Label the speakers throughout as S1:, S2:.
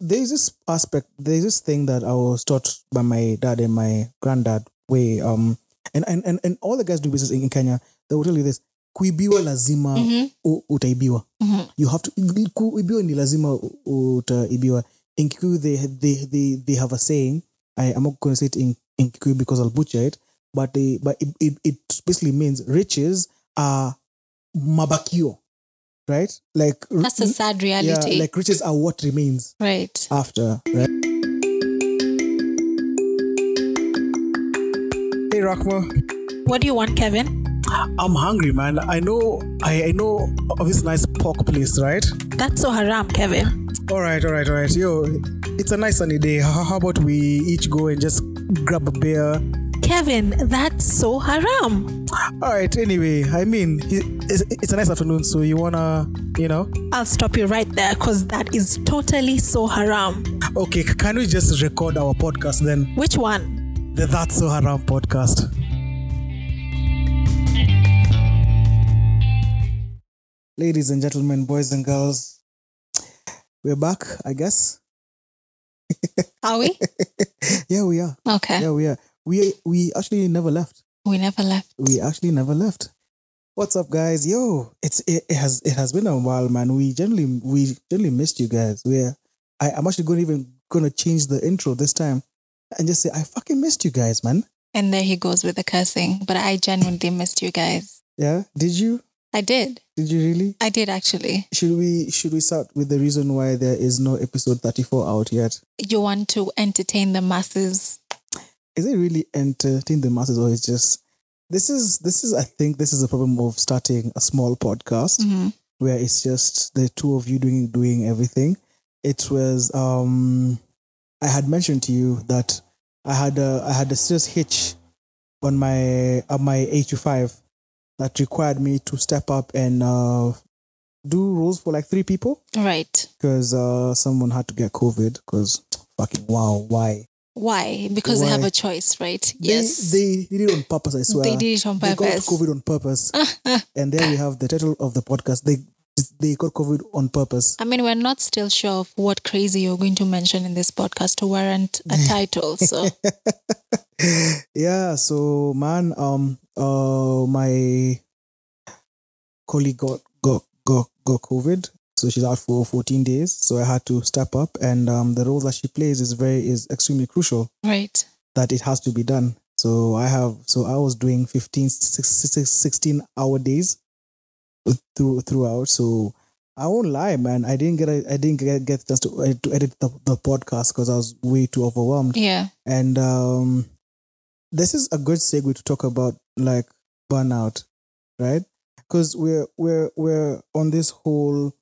S1: there's this aspect, there's this thing that I was taught by my dad and my granddad way. Um, and and and, and all the guys do business in, in Kenya, they will tell you this: kuibiwa lazima
S2: Mm-hmm.
S1: u- utaibiwa. You have to kuibiwa ni lazima u- utaibiwa. In Kikuyu, they they they they have a saying. I am not going to say it in in Kikuyu because I'll butcher it. But they but it, it, it basically means riches are mabakio, right? Like
S2: That's a sad reality.
S1: Mm-hmm. yeah, like riches are what remains
S2: right.
S1: after, right?
S3: Hey, Rakma.
S2: What do you want, Kevin?
S3: I'm hungry, man. I know, I, I know of this nice pork place, right?
S2: That's so haram, Kevin.
S3: All right, all right, all right. Yo, it's a nice sunny day. How, how about we each go and just grab a beer?
S2: Kevin, that's so haram.
S3: All right. Anyway, I mean, it- it's, it's a nice afternoon, so you wanna, you know?
S2: I'll stop you right there because that is totally so haram.
S3: Okay, c- can we just record our podcast then?
S2: Which one?
S3: The That's So Haram podcast.
S1: Ladies and gentlemen, boys and girls, we're back, I guess.
S2: Are we?
S1: Yeah, we are.
S2: Okay.
S1: Yeah, we are. We we actually never left.
S2: We never left.
S1: We actually never left. What's up, guys? Yo, it's it, it has it has been a while, man. We generally we generally missed you guys. We're I, I'm actually going to even going to change the intro this time and just say I fucking missed you guys, man.
S2: And there he goes with the cursing. But I genuinely missed you guys.
S1: Yeah, did you?
S2: I did.
S1: Did you really?
S2: I did actually.
S1: Should we should we start with the reason why there is no episode 34 out yet?
S2: You want to entertain the masses.
S1: is it really entertain the masses or it's just this is this is I think this is a problem of starting a small podcast
S2: Mhm.
S1: where it's just the two of you doing doing everything. It was um I had mentioned to you that I had a I had a serious hitch on my on my HU five that required me to step up and uh do roles for like three people
S2: Right.
S1: because uh someone had to get COVID because fucking wow why
S2: Why? Because they have
S1: Why?
S2: a choice, right? Yes.
S1: they, they did it on purpose I swear
S2: They did it on
S1: they got
S2: purpose.
S1: COVID on purpose. and there we have the title of the podcast. They they got COVID on purpose.
S2: I mean, we're not still sure of what crazy you're going to mention in this podcast to warrant a title. So,
S1: Yeah, so man, um uh my colleague got got got, got COVID. So she's out for 14 days. So I had to step up and um the role that she plays is very is extremely crucial
S2: right.
S1: that it has to be done. So I have so I was doing 15 six- six- 16 hour days through throughout. So I won't lie, man. I didn't get a, I didn't get, get just to, uh, to edit the, the podcast because I was way too overwhelmed.
S2: Yeah.
S1: And um, this is a good segue to talk about like burnout, right? Because we're we're we're on this whole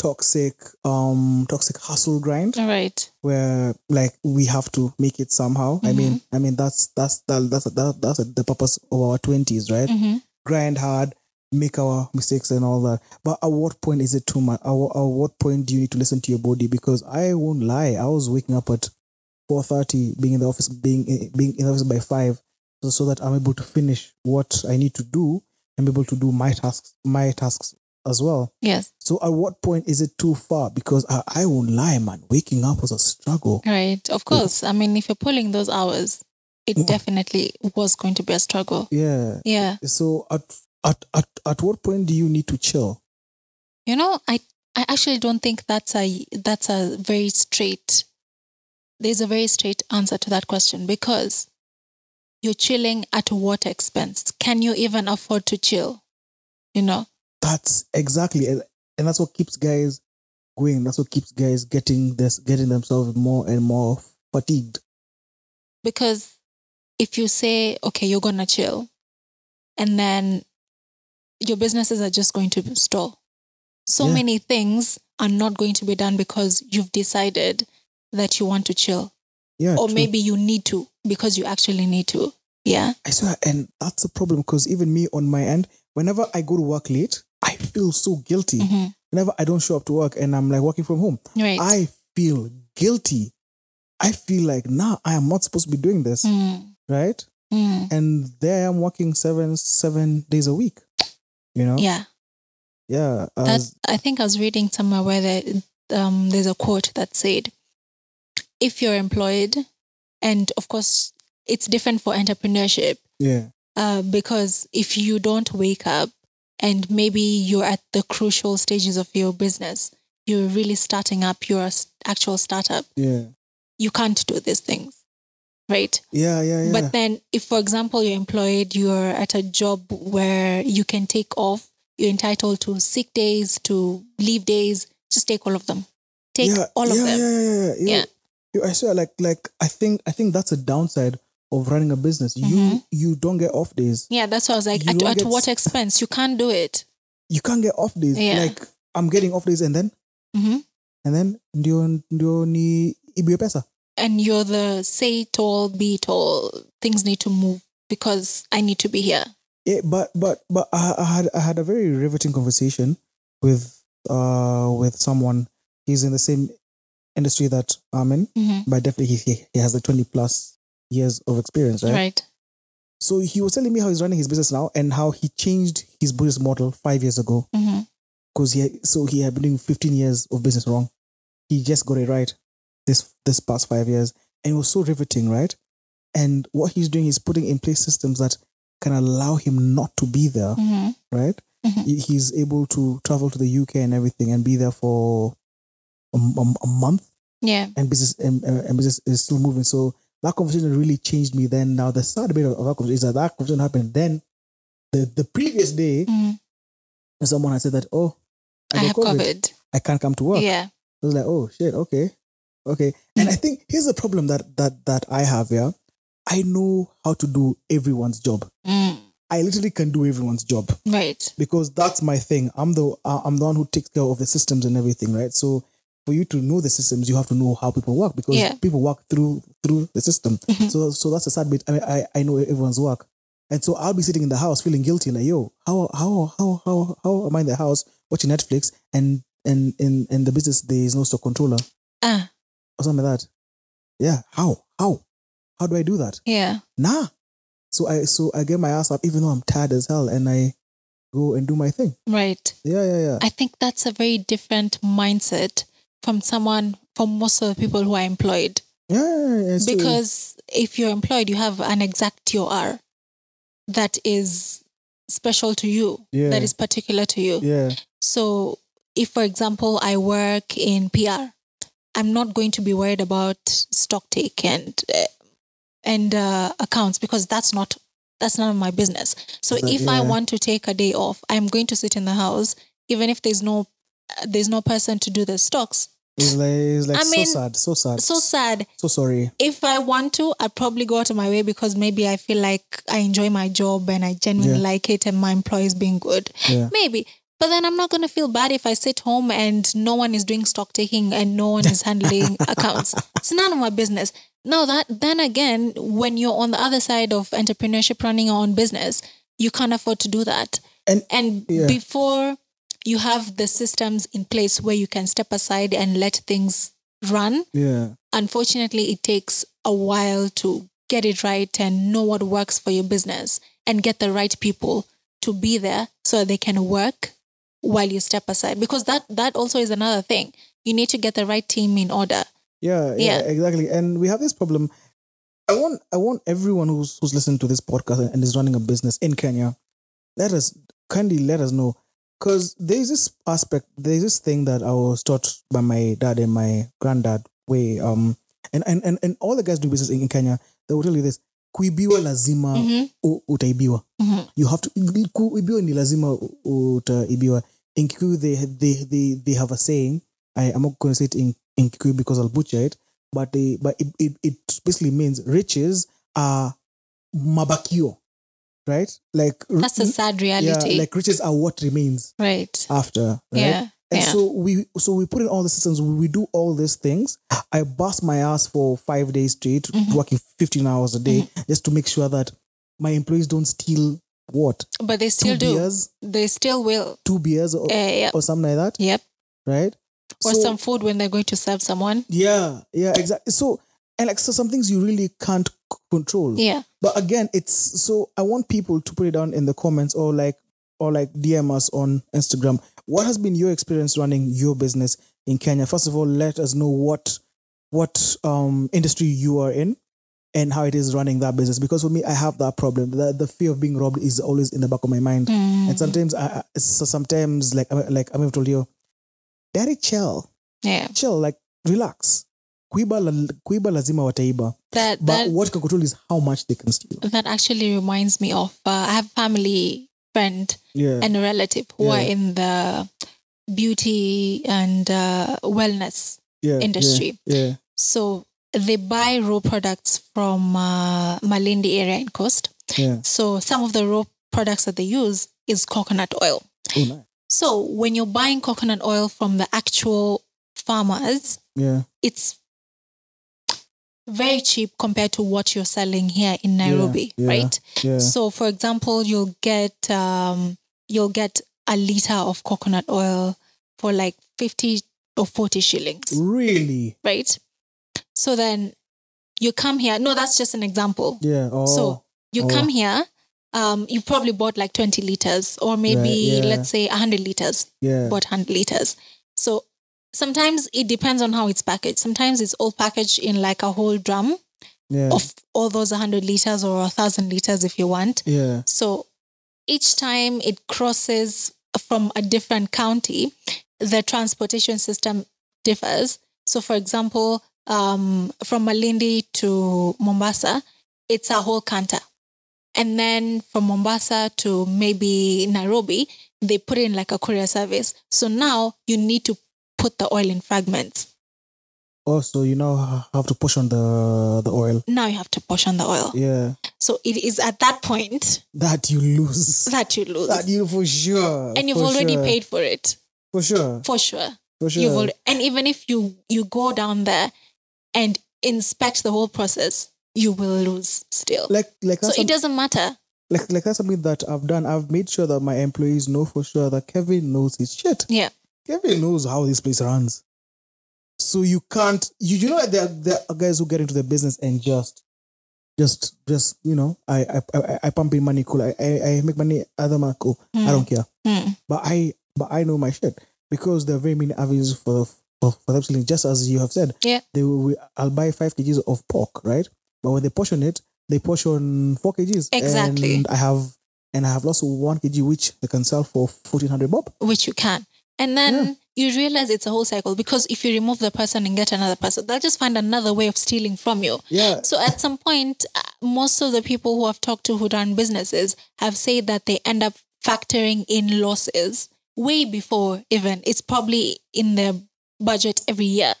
S1: toxic um toxic hustle grind
S2: All right.
S1: where like we have to make it somehow. I mean, I mean that's that's that, that's that, that's the purpose of our twenties, right?
S2: Mm-hmm.
S1: Grind hard, make our mistakes and all that. But at what point is it too much? At, wha- at what point do you need to listen to your body? Because I won't lie, I was waking up at four thirty, being in the office, being in- being in the office by five, so, so that I'm able to finish what I need to do and be able to do my tasks, my tasks as well.
S2: Yes.
S1: So at what point is it too far? Because I, I won't lie, man, waking up was a struggle.
S2: Right. Of course. I mean, if you're pulling those hours, it definitely was going to be a struggle.
S1: Yeah.
S2: Yeah.
S1: So at at at, at what point do you need to chill?
S2: You know, I I actually don't think that's a that's a very straight there's a very straight answer to that question because you're chilling at what expense? Can you even afford to chill? You know?
S1: That's exactly and and that's what keeps guys going. That's what keeps guys getting this getting themselves more and more fatigued.
S2: because if you say okay you're gonna chill and then your businesses are just going to stall so
S1: Yeah.
S2: many things are not going to be done because you've decided that you want to chill
S1: Yeah.
S2: or
S1: true.
S2: maybe you need to because you actually need to yeah
S1: I swear, and that's a problem because even me on my end, whenever I go to work late, I feel so guilty.
S2: Mhm.
S1: Whenever I don't show up to work and I'm like working from home,
S2: right
S1: I feel guilty. I feel like, nah, I am not supposed to be doing this,
S2: Mm,
S1: right?
S2: mm.
S1: And there I am working seven seven days a week. You know,
S2: yeah
S1: yeah,
S2: that
S1: as,
S2: i think i was reading somewhere where there, um, there's a quote that said if you're employed, and of course, it's different for entrepreneurship
S1: Yeah.
S2: uh, because if you don't wake up and maybe you're at the crucial stages of your business, you're really starting up, you're an actual startup,
S1: Yeah.
S2: you can't do these things, right?
S1: Yeah. Yeah. Yeah.
S2: But then, if for example, you're employed, you're at a job where you can take off, you're entitled to sick days, to leave days, just take all of them. Take
S1: yeah,
S2: all of
S1: yeah,
S2: them.
S1: Yeah, yeah, yeah, yeah.
S2: Yeah.
S1: You- I swear, like, like I think, I think that's a downside of running a business.
S2: Mm-hmm.
S1: You, you don't get off days.
S2: Yeah, that's why I was like,
S1: You
S2: at,
S1: don't
S2: at
S1: get
S2: what
S1: s-
S2: expense? You can't do it.
S1: You can't get off days.
S2: Yeah.
S1: Like I'm getting off days, and then,
S2: hmm
S1: and then, ndio ndio ni ibiwe pesa.
S2: and you're the say it all, be it all. Things need to move because I need to be here.
S1: Yeah, but but but I, I had I had a very riveting conversation with uh with someone. He's in the same industry that I'm in,
S2: Mm-hmm.
S1: but definitely he- he, he has like 20 plus years of experience, right?
S2: Right.
S1: So he was telling me how he's running his business now and how he changed his business model five years ago
S2: Mm-hmm.
S1: because he had, so he had been doing 15 years of business wrong. He just got it right this this past five years, and it was so riveting, right? And what he's doing is putting in place systems that can allow him not to be there,
S2: Mm-hmm.
S1: right?
S2: Mhm.
S1: He- He's able to travel to the UK and everything and be there for a, m- a m- a month,
S2: Yeah.
S1: and business and, and and business is still moving. So that conversation really changed me. Then now the sad bit of, of that conversation is that that conversation happened then. The, the previous day,
S2: Mhm.
S1: someone had said that, oh,
S2: I
S1: got
S2: have COVID.
S1: I can't come to work.
S2: Yeah.
S1: I was like, oh shit, okay, okay. And I think here's the problem that that that I have. Yeah, I know how to do everyone's job.
S2: Mm.
S1: I literally can do everyone's job
S2: Right.
S1: because that's my thing. I'm the uh, I'm the one who takes care of the systems and everything, right? So for you to know the systems, you have to know how people work because
S2: Yeah.
S1: people work through through the system.
S2: Mhm.
S1: So so that's the sad bit. I mean, I, I know everyone's work, and so I'll be sitting in the house feeling guilty, like yo, how how how how how am I in the house watching Netflix and and in in the business there is no stock controller
S2: Ah.
S1: or something like that. Yeah, how how how do I do that?
S2: Yeah.
S1: Nah. So I so I get my ass up even though I'm tired as hell and I go and do my thing.
S2: Right.
S1: Yeah, yeah, yeah.
S2: I think that's a very different mindset from someone from most of the people who are employed.
S1: Yeah, yeah, yeah, it's true.
S2: because if you're employed, you have an exact TOR that is special to you,
S1: Yeah.
S2: that is particular to you.
S1: yeah,
S2: So, if for example, I work in PR, I'm not going to be worried about stock take and eh, and uh, accounts because that's not that's none of my business. So,
S1: But,
S2: if I
S1: yeah.
S2: want to take a day off, I'm going to sit in the house, even if there's no there's no person to do the stocks.
S1: it's like it's like
S2: I
S1: so
S2: mean,
S1: sad, so sad,
S2: So
S1: so,
S2: sad.
S1: sorry.
S2: If I want to, I'd probably go out of my way because maybe I feel like I enjoy my job and I genuinely
S1: Yeah.
S2: like it and my employer is being good.
S1: Yeah,
S2: Maybe. But then I'm not going to feel bad if I sit home and no one is doing stock taking and no one is handling accounts. It's none of my business. Now that then again, when you're on the other side of entrepreneurship running your own business, you can't afford to do that.
S1: And- yeah.
S2: before you have the systems in place where you can step aside and let things run,
S1: yeah,
S2: unfortunately it takes a while to get it right and know what works for your business and get the right people to be there so that they can work while you step aside because that that also is another thing you need to get the right team in order
S1: yeah, yeah,
S2: Yeah.
S1: exactly. And we have this problem. I want I want everyone who's who's listening to this podcast and is running a business in Kenya, let us kindly let us know. Cause there's this aspect, there's this thing that I was taught by my dad and my granddad way. Um and and, and, and all the guys do business in, in Kenya, they will tell you this. Kuibiwa lazima
S2: Mhm.
S1: u- utaibiwa.
S2: Mhm.
S1: you have to kuibiwa ni lazima u- utaibiwa in Kikuyu they they they they have a saying I am not going to say it in in Kikuyu because I'll butcher it but they but it it, it basically means riches are mabakio right like
S2: that's a sad reality
S1: yeah like riches are what remains
S2: right
S1: after right?
S2: yeah
S1: And
S2: yeah
S1: so we so we put in all the systems. We we do all these things. I bust my ass for five days straight,
S2: Mhm.
S1: working fifteen hours a day,
S2: Mm-hmm.
S1: just to make sure that my employees don't steal what
S2: but they
S1: two
S2: still do
S1: beers,
S2: they still will
S1: two beers, or,
S2: uh, yeah
S1: or something like that,
S2: yep
S1: right?
S2: or
S1: So-
S2: some food when they're going to serve someone
S1: Yeah, yeah, exactly. So and like so, some things you really can't c- control.
S2: yeah
S1: But again, it's so I want people to put it down in the comments or like or like DM us on Instagram. What has been your experience running your business in Kenya? First of all, let us know what what um, industry you are in and how it is running that business. Because for me, I have that problem. The, the fear of being robbed is always in the back of my mind.
S2: Mm-hmm.
S1: And sometimes, I, I- so sometimes like I'm- like I've told you, daddy, chill,
S2: Yeah.
S1: chill, like relax. Kuiba, la, kuiba lazima wataiba.
S2: That
S1: But
S2: that
S1: what can control is how much they can steal.
S2: that actually reminds me of uh, I have family friend
S1: Yeah.
S2: and relative who are
S1: Yeah.
S2: in the beauty and uh, wellness
S1: yeah.
S2: industry.
S1: Yeah. yeah.
S2: So they buy raw products from uh, Malindi area in Coast.
S1: Yeah.
S2: So some of the raw products that they use is coconut oil.
S1: Oh, nice.
S2: So when you're buying coconut oil from the actual farmers,
S1: Yeah.
S2: it's very cheap compared to what you're selling here in Nairobi,
S1: yeah.
S2: right?
S1: Yeah.
S2: So, for example, you'll get um, you'll get a liter of coconut oil for like fifty or forty shillings,
S1: Mm. Really?
S2: right? So then you come here. No, that's just an example.
S1: Yeah. Oh.
S2: So you
S1: Oh.
S2: come here. Um, you probably bought like twenty liters, or maybe
S1: yeah.
S2: let's say hundred liters.
S1: yeah.
S2: Bought hundred liters. So sometimes it depends on how it's packaged. Sometimes it's all packaged in like a whole drum
S1: yeah.
S2: of all those hundred liters or a thousand liters if you want.
S1: yeah.
S2: So each time it crosses from a different county, the transportation system differs. So, for example, um, from Malindi to Mombasa, it's a whole canter. And then from Mombasa to maybe Nairobi, they put in like a courier service. So now you need to put the oil in fragments.
S1: Also, you now have to push on the the oil.
S2: Now you have to portion the oil.
S1: Yeah.
S2: So it is at that point
S1: That you lose.
S2: that you lose.
S1: That you for sure.
S2: and you've
S1: for
S2: already
S1: sure.
S2: paid for it,
S1: For sure.
S2: for sure.
S1: For sure.
S2: you've already, and even if you you go down there and inspect the whole process you will lose still
S1: like like
S2: so
S1: that's
S2: it
S1: some-
S2: doesn't matter
S1: like like that's something that I've done. I've made sure that my employees know for sure that Kevin knows his shit.
S2: yeah
S1: Kevin knows how this place runs. So you can't you you know there are- there are guys who get into the business and just just just you know I I I, I pump in money cool I, I I make money other money cool I don't care
S2: Mm.
S1: but I but I know my shit because there are very many avenues for for, for them selling. Just as you have said,
S2: Yeah.
S1: they will. will- I'll buy five kgs of pork, right? But when they portion it, they portion four kgs.
S2: Exactly.
S1: And I have and I have lost one kg, which they can sell for fourteen hundred bob.
S2: which you can and then you realize it's a whole cycle because if you remove the person and get another person they'll just find another way of stealing from you
S1: Yeah.
S2: so at some point uh, most of the people who i've talked to who run businesses have said that they end up factoring in losses way before even it's probably in their budget every year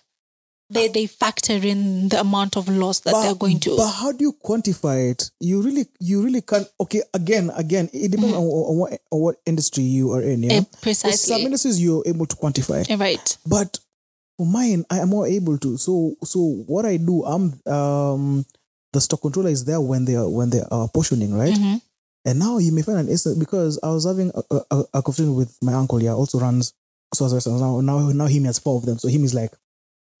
S2: they they factor in the amount of loss that they're going to
S1: But how do you quantify it? You really, you really can't. Okay, again, again, it depends on, on, what, on what industry you are in. Yeah,
S2: Eh,
S1: There's some
S2: precisely
S1: industries you're able to quantify.
S2: Eh, right
S1: but for mine i am more able to so so what i do i'm um the stock controller is there when they are when they are portioning right
S2: Mhm.
S1: and now you may find an instance because i was having a, a- a, a conversation with my uncle yeah also runs Source restaurants now now now him has four of them so him is like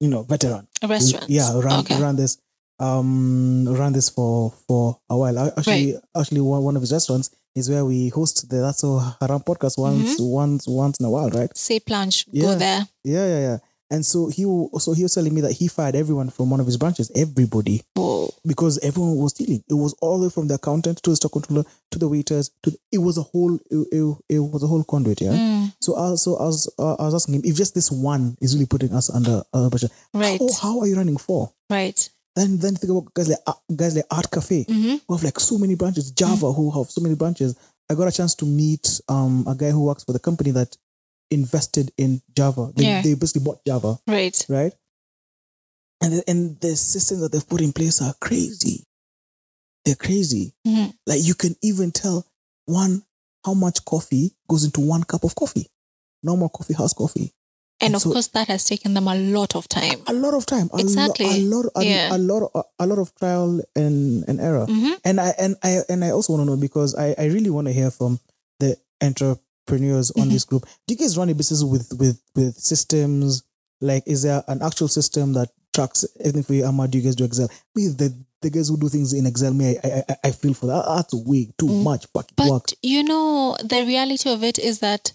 S1: you know veteran
S2: restaurants
S1: yeah run
S2: okay
S1: run this um run this for for a while I, actually actually one, one of his restaurants is where we host the that's so haram podcast once
S2: Mm-hmm.
S1: once once in a while right
S2: say plunge
S1: Yeah.
S2: go there
S1: yeah, yeah, yeah. And so he w- so he was telling me that he fired everyone from one of his branches, everybody,
S2: Whoa.
S1: because everyone was stealing. It was all the way from the accountant to the stock controller to the waiters. To it was a whole it, it, it was a whole conduit. Yeah.
S2: Mm,
S1: So I was- so I was uh, I was asking him if just this one is really putting us under uh, pressure.
S2: right
S1: Oh, how are you running for?
S2: right
S1: Then then think about guys like uh, guys like Art Cafe
S2: hmm
S1: who have like so many branches. Java who have so many branches. I got a chance to meet um a guy who works for the company that invested in Java. They,
S2: Yeah.
S1: they basically bought Java
S2: right
S1: right? And the, and the systems that they've put in place are crazy. They're crazy.
S2: Mhm.
S1: Like you can even tell one how much coffee goes into one cup of coffee. Normal coffee, house coffee.
S2: and of
S1: So-
S2: course that has taken them a lot of time
S1: A lot of time. A lo-
S2: Exactly.
S1: a lot. A,
S2: Yeah.
S1: a lot. A, a lot of trial and, and error.
S2: Mhm.
S1: And I and I and I also want to know because I, I really want to hear from the entrepreneurs
S2: Mm-hmm.
S1: on this group. Do you guys run a business with with with systems? Like, is there an actual system that tracks everything for you? Amma, do you guys do Excel? Me, the the guys who do things in Excel, me, I I, I- I feel for that. That's way too
S2: Mm.
S1: much fucking
S2: But
S1: work.
S2: you know, the reality of it is that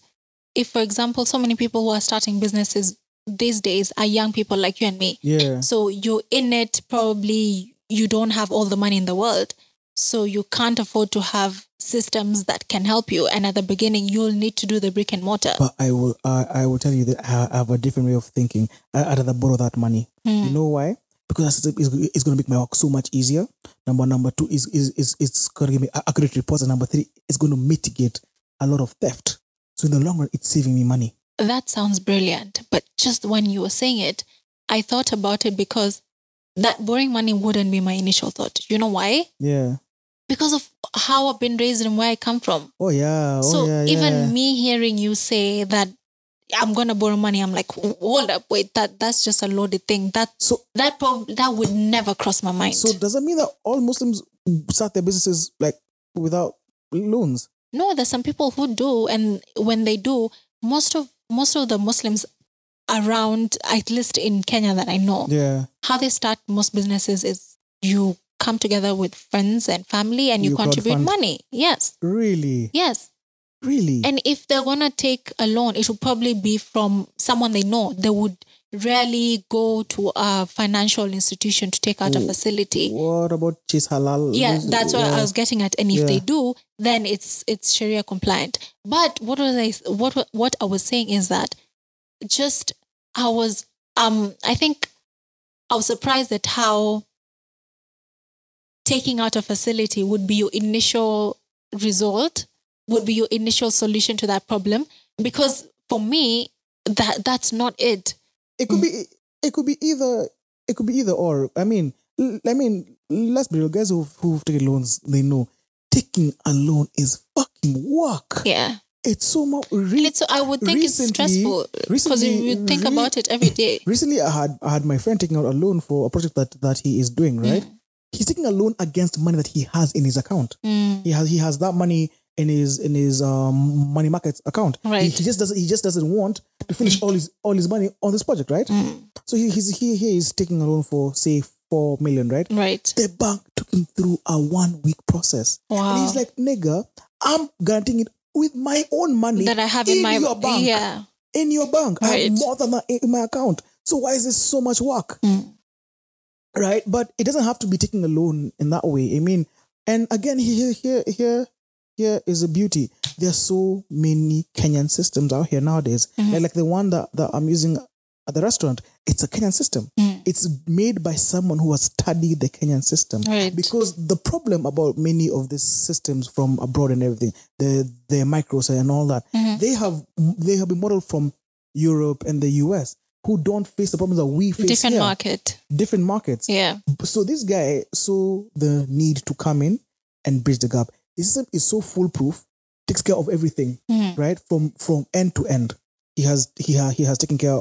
S2: if, for example, so many people who are starting businesses these days are young people like you and me.
S1: Yeah.
S2: So you're in it, probably you don't have all the money in the world. So you can't afford to have systems that can help you. And at the beginning, you'll need to do the brick and mortar.
S1: But I will, I I will tell you that I I have a different way of thinking. I, I'd rather borrow that money.
S2: Hmm.
S1: You know why? Because that's, it's, it's going to make my work so much easier. Number number two is is, is it's going to give me a- accurate reports, and number three, it's going to mitigate a lot of theft. So in the long run, it's saving me money.
S2: that sounds brilliant. But just when you were saying it, I thought about it because that borrowing money wouldn't be my initial thought. You know why?
S1: Yeah.
S2: Because of how I've been raised and where I come from.
S1: Oh yeah. Oh
S2: so
S1: yeah.
S2: even
S1: yeah.
S2: me hearing you say that I'm gonna borrow money, I'm like, hold up, wait, that that's just a loaded thing. That
S1: So-
S2: that prob- that would never cross my mind.
S1: So does that mean that all Muslims start their businesses like without loans?
S2: no, there's some people who do, and when they do, most of most of the Muslims around, at least in Kenya that I know,
S1: Yeah.
S2: how they start most businesses is you come together with friends and family and you,
S1: You
S2: contribute
S1: crowdfund.
S2: money. Yes.
S1: Really.
S2: Yes.
S1: Really.
S2: And if they're gonna take a loan, it should probably be from someone they know. They would rarely go to a financial institution to take out a
S1: Oh.
S2: facility.
S1: what about cheese halal?
S2: Yeah,
S1: Is-
S2: that's what I was getting at. And if
S1: Yeah.
S2: they do, then it's it's Sharia compliant. But what was I what wa- what I was saying is that just I was um I think I was surprised at how taking out a facility would be your initial result, would be your initial solution to that problem. Because for me, that that's not it.
S1: It could
S2: Mm.
S1: be. It could be either. It could be either or. I mean. l- I mean. Let's be real. Guys who who've taken loans, they know taking a loan is fucking work.
S2: Yeah.
S1: It's so much.
S2: And
S1: Re-
S2: it's I would think it's
S1: Recently-
S2: stressful. Because
S1: recently,
S2: you think
S1: re-
S2: about it every day.
S1: recently, I had I had my friend taking out a loan for a project that that he is doing. Right. He's taking a loan against money that he has in his account.
S2: Mm.
S1: He has he has that money in his in his um, money market account. He- He,
S2: Right.
S1: just doesn't he just doesn't want to finish all his all his money on this project, right?
S2: Mm.
S1: So he he's, he he is taking a loan for say four million, right?
S2: Right.
S1: The bank took him through a one week process. And
S2: Wow.
S1: he's like, nigga, I'm guaranteeing it with my own money
S2: that I have in, my
S1: your bank.
S2: yeah.
S1: In your bank. I
S2: Right.
S1: have more than that in my account. So why is this so much work?
S2: Mm.
S1: right? But it doesn't have to be taking a loan in that way. I mean, and again, here, here, here, here is a beauty. There are so many Kenyan systems out here nowadays.
S2: Mm-hmm.
S1: Like, like the one that, that I'm using at the restaurant. It's a Kenyan system.
S2: Mm.
S1: It's made by someone who has studied the Kenyan system.
S2: Right.
S1: Because the problem about many of these systems from abroad and everything, the the micros and all that,
S2: Mm-hmm.
S1: they have they have been modeled from Europe and the US, who don't face the problems that we face
S2: Different
S1: here.
S2: market.
S1: Different markets
S2: Yeah.
S1: so this guy saw the need to come in and bridge the gap. His system is so foolproof, takes care of everything,
S2: Mm.
S1: right? From from end to end. He has he ha, he has taken care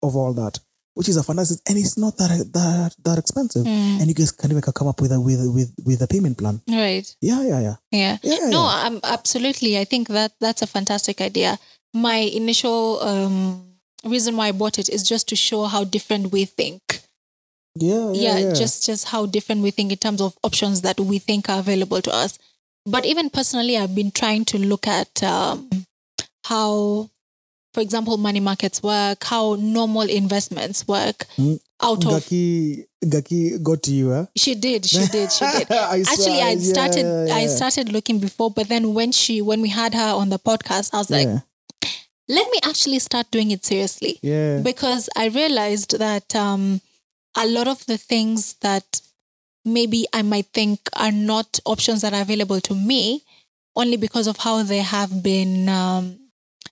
S1: of all that, which is a fantastic, and it's not that that that expensive.
S2: Mm.
S1: And you guys can even come up with a with a- with with a payment plan.
S2: Right.
S1: Yeah, yeah, yeah,
S2: Yeah.
S1: yeah.
S2: No,
S1: yeah.
S2: I'm absolutely. I think that that's a fantastic idea. My initial um, reason why I bought it is just to show how different we think.
S1: yeah, yeah, Oh, yeah.
S2: just just how different we think in terms of options that we think are available to us but even personally i've been trying to look at um, how for example money markets work how normal investments work
S1: Mm.
S2: out of
S1: Gaki Gaki got to you, huh?
S2: she did she did she did
S1: I saw-
S2: actually i
S1: uh, yeah,
S2: started
S1: yeah,
S2: i
S1: yeah.
S2: started looking before but then when she when we had her on the podcast i was like
S1: Yeah,
S2: let me actually start doing it seriously
S1: yeah.
S2: because I realized that um, a lot of the things that maybe I might think are not options that are available to me only because of how they have been um,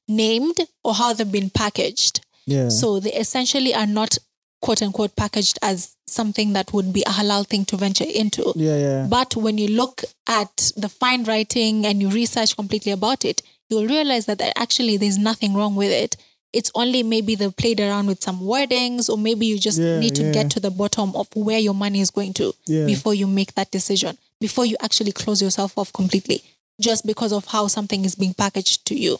S2: named or how they've been packaged.
S1: yeah.
S2: So they essentially are not quote unquote packaged as something that would be a halal thing to venture into.
S1: yeah, yeah.
S2: But when you look at the fine writing and you research completely about it, you'll realize that there- actually there's nothing wrong with it. It's only maybe they've played around with some wordings, or maybe you just
S1: Yeah,
S2: need to
S1: yeah.
S2: get to the bottom of where your money is going to
S1: Yeah.
S2: before you make that decision, before you actually close yourself off completely, just because of how something is being packaged to you.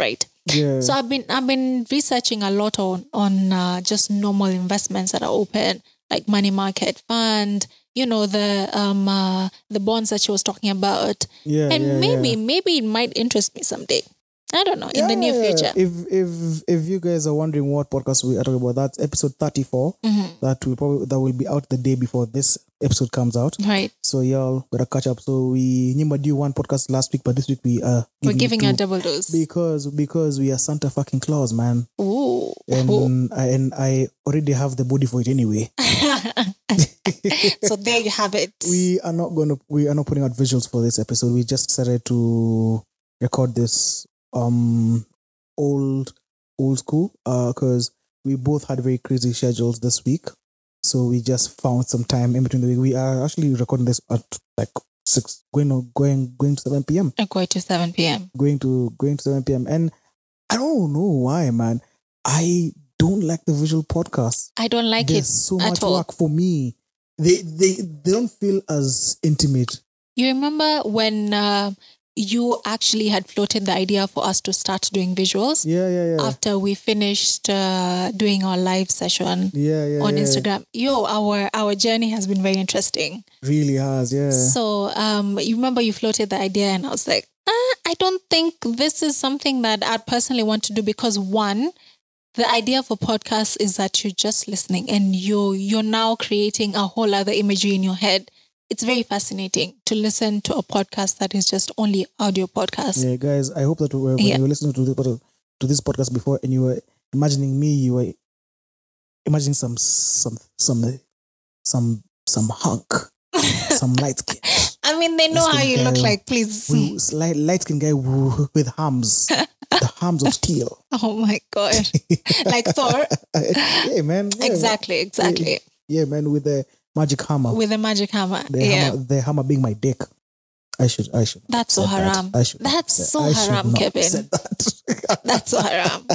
S2: Right.
S1: yeah.
S2: So I've been I've been researching a lot on on uh, just normal investments that are open, like money market fund. You know the um uh, the bonds that she was talking about,
S1: yeah,
S2: and
S1: yeah, yeah.
S2: maybe maybe it might interest me someday. I don't know in the near
S1: Yeah.
S2: future.
S1: If if if you guys are wondering what podcast we are talking about, that's episode thirty four.
S2: Mhm.
S1: That will probably that will be out the day before this episode comes out.
S2: Right.
S1: So y'all gotta catch up. So we Nima do one podcast last week, but this week we are
S2: We're giving
S1: it
S2: a
S1: two.
S2: double dose.
S1: because because we are Santa fucking Claus, man,
S2: Ooh.
S1: and
S2: Ooh.
S1: I, and I already have the body for it anyway.
S2: so there you have it.
S1: We are not gonna we are not putting out visuals for this episode. We just decided to record this um old old school because we both had very crazy schedules this week, so we just found some time in between the week. We are actually recording this at like six going on- going going to seven p.m.
S2: I'm going to 7 p.m.
S1: going to going to 7 p.m. And I don't know why, man. I don't like the visual podcasts.
S2: I don't like
S1: There's
S2: it.
S1: so
S2: at
S1: much
S2: all.
S1: work for me. They they they don't feel as intimate.
S2: You remember when uh, you actually had floated the idea for us to start doing visuals
S1: Yeah, yeah, yeah.
S2: after we finished uh, doing our live session
S1: yeah, yeah.
S2: on
S1: yeah.
S2: Instagram? Yo, our our journey has been very interesting.
S1: Really has, yeah.
S2: So um, you remember you floated the idea, and I was like, ah, I don't think this is something that I personally want to do because one, the idea for podcasts is that you're just listening and you you're now creating a whole other imagery in your head. It's very fascinating to listen to a podcast that is just only audio podcast.
S1: yeah, guys, I hope that when
S2: Yeah.
S1: you were listening to this, pod- to this podcast before and you were imagining me, you were imagining some some some some some hunk, some light skin.
S2: I mean, they know
S1: Let's
S2: how
S1: go
S2: you look
S1: down.
S2: like. Please,
S1: we, slight, light skinned guy w- with arms, the arms of steel. Uh,
S2: oh my god, like Thor.
S1: yeah, man. Yeah,
S2: Exactly, exactly.
S1: Yeah, man, with the magic hammer.
S2: With a magic hammer.
S1: the
S2: yeah,
S1: hammer, the hammer being my dick. I should, I should.
S2: that's so
S1: said that.
S2: haram.
S1: I should.
S2: That's so
S1: I should
S2: haram,
S1: not
S2: Kevin.
S1: Said that.
S2: That's so haram.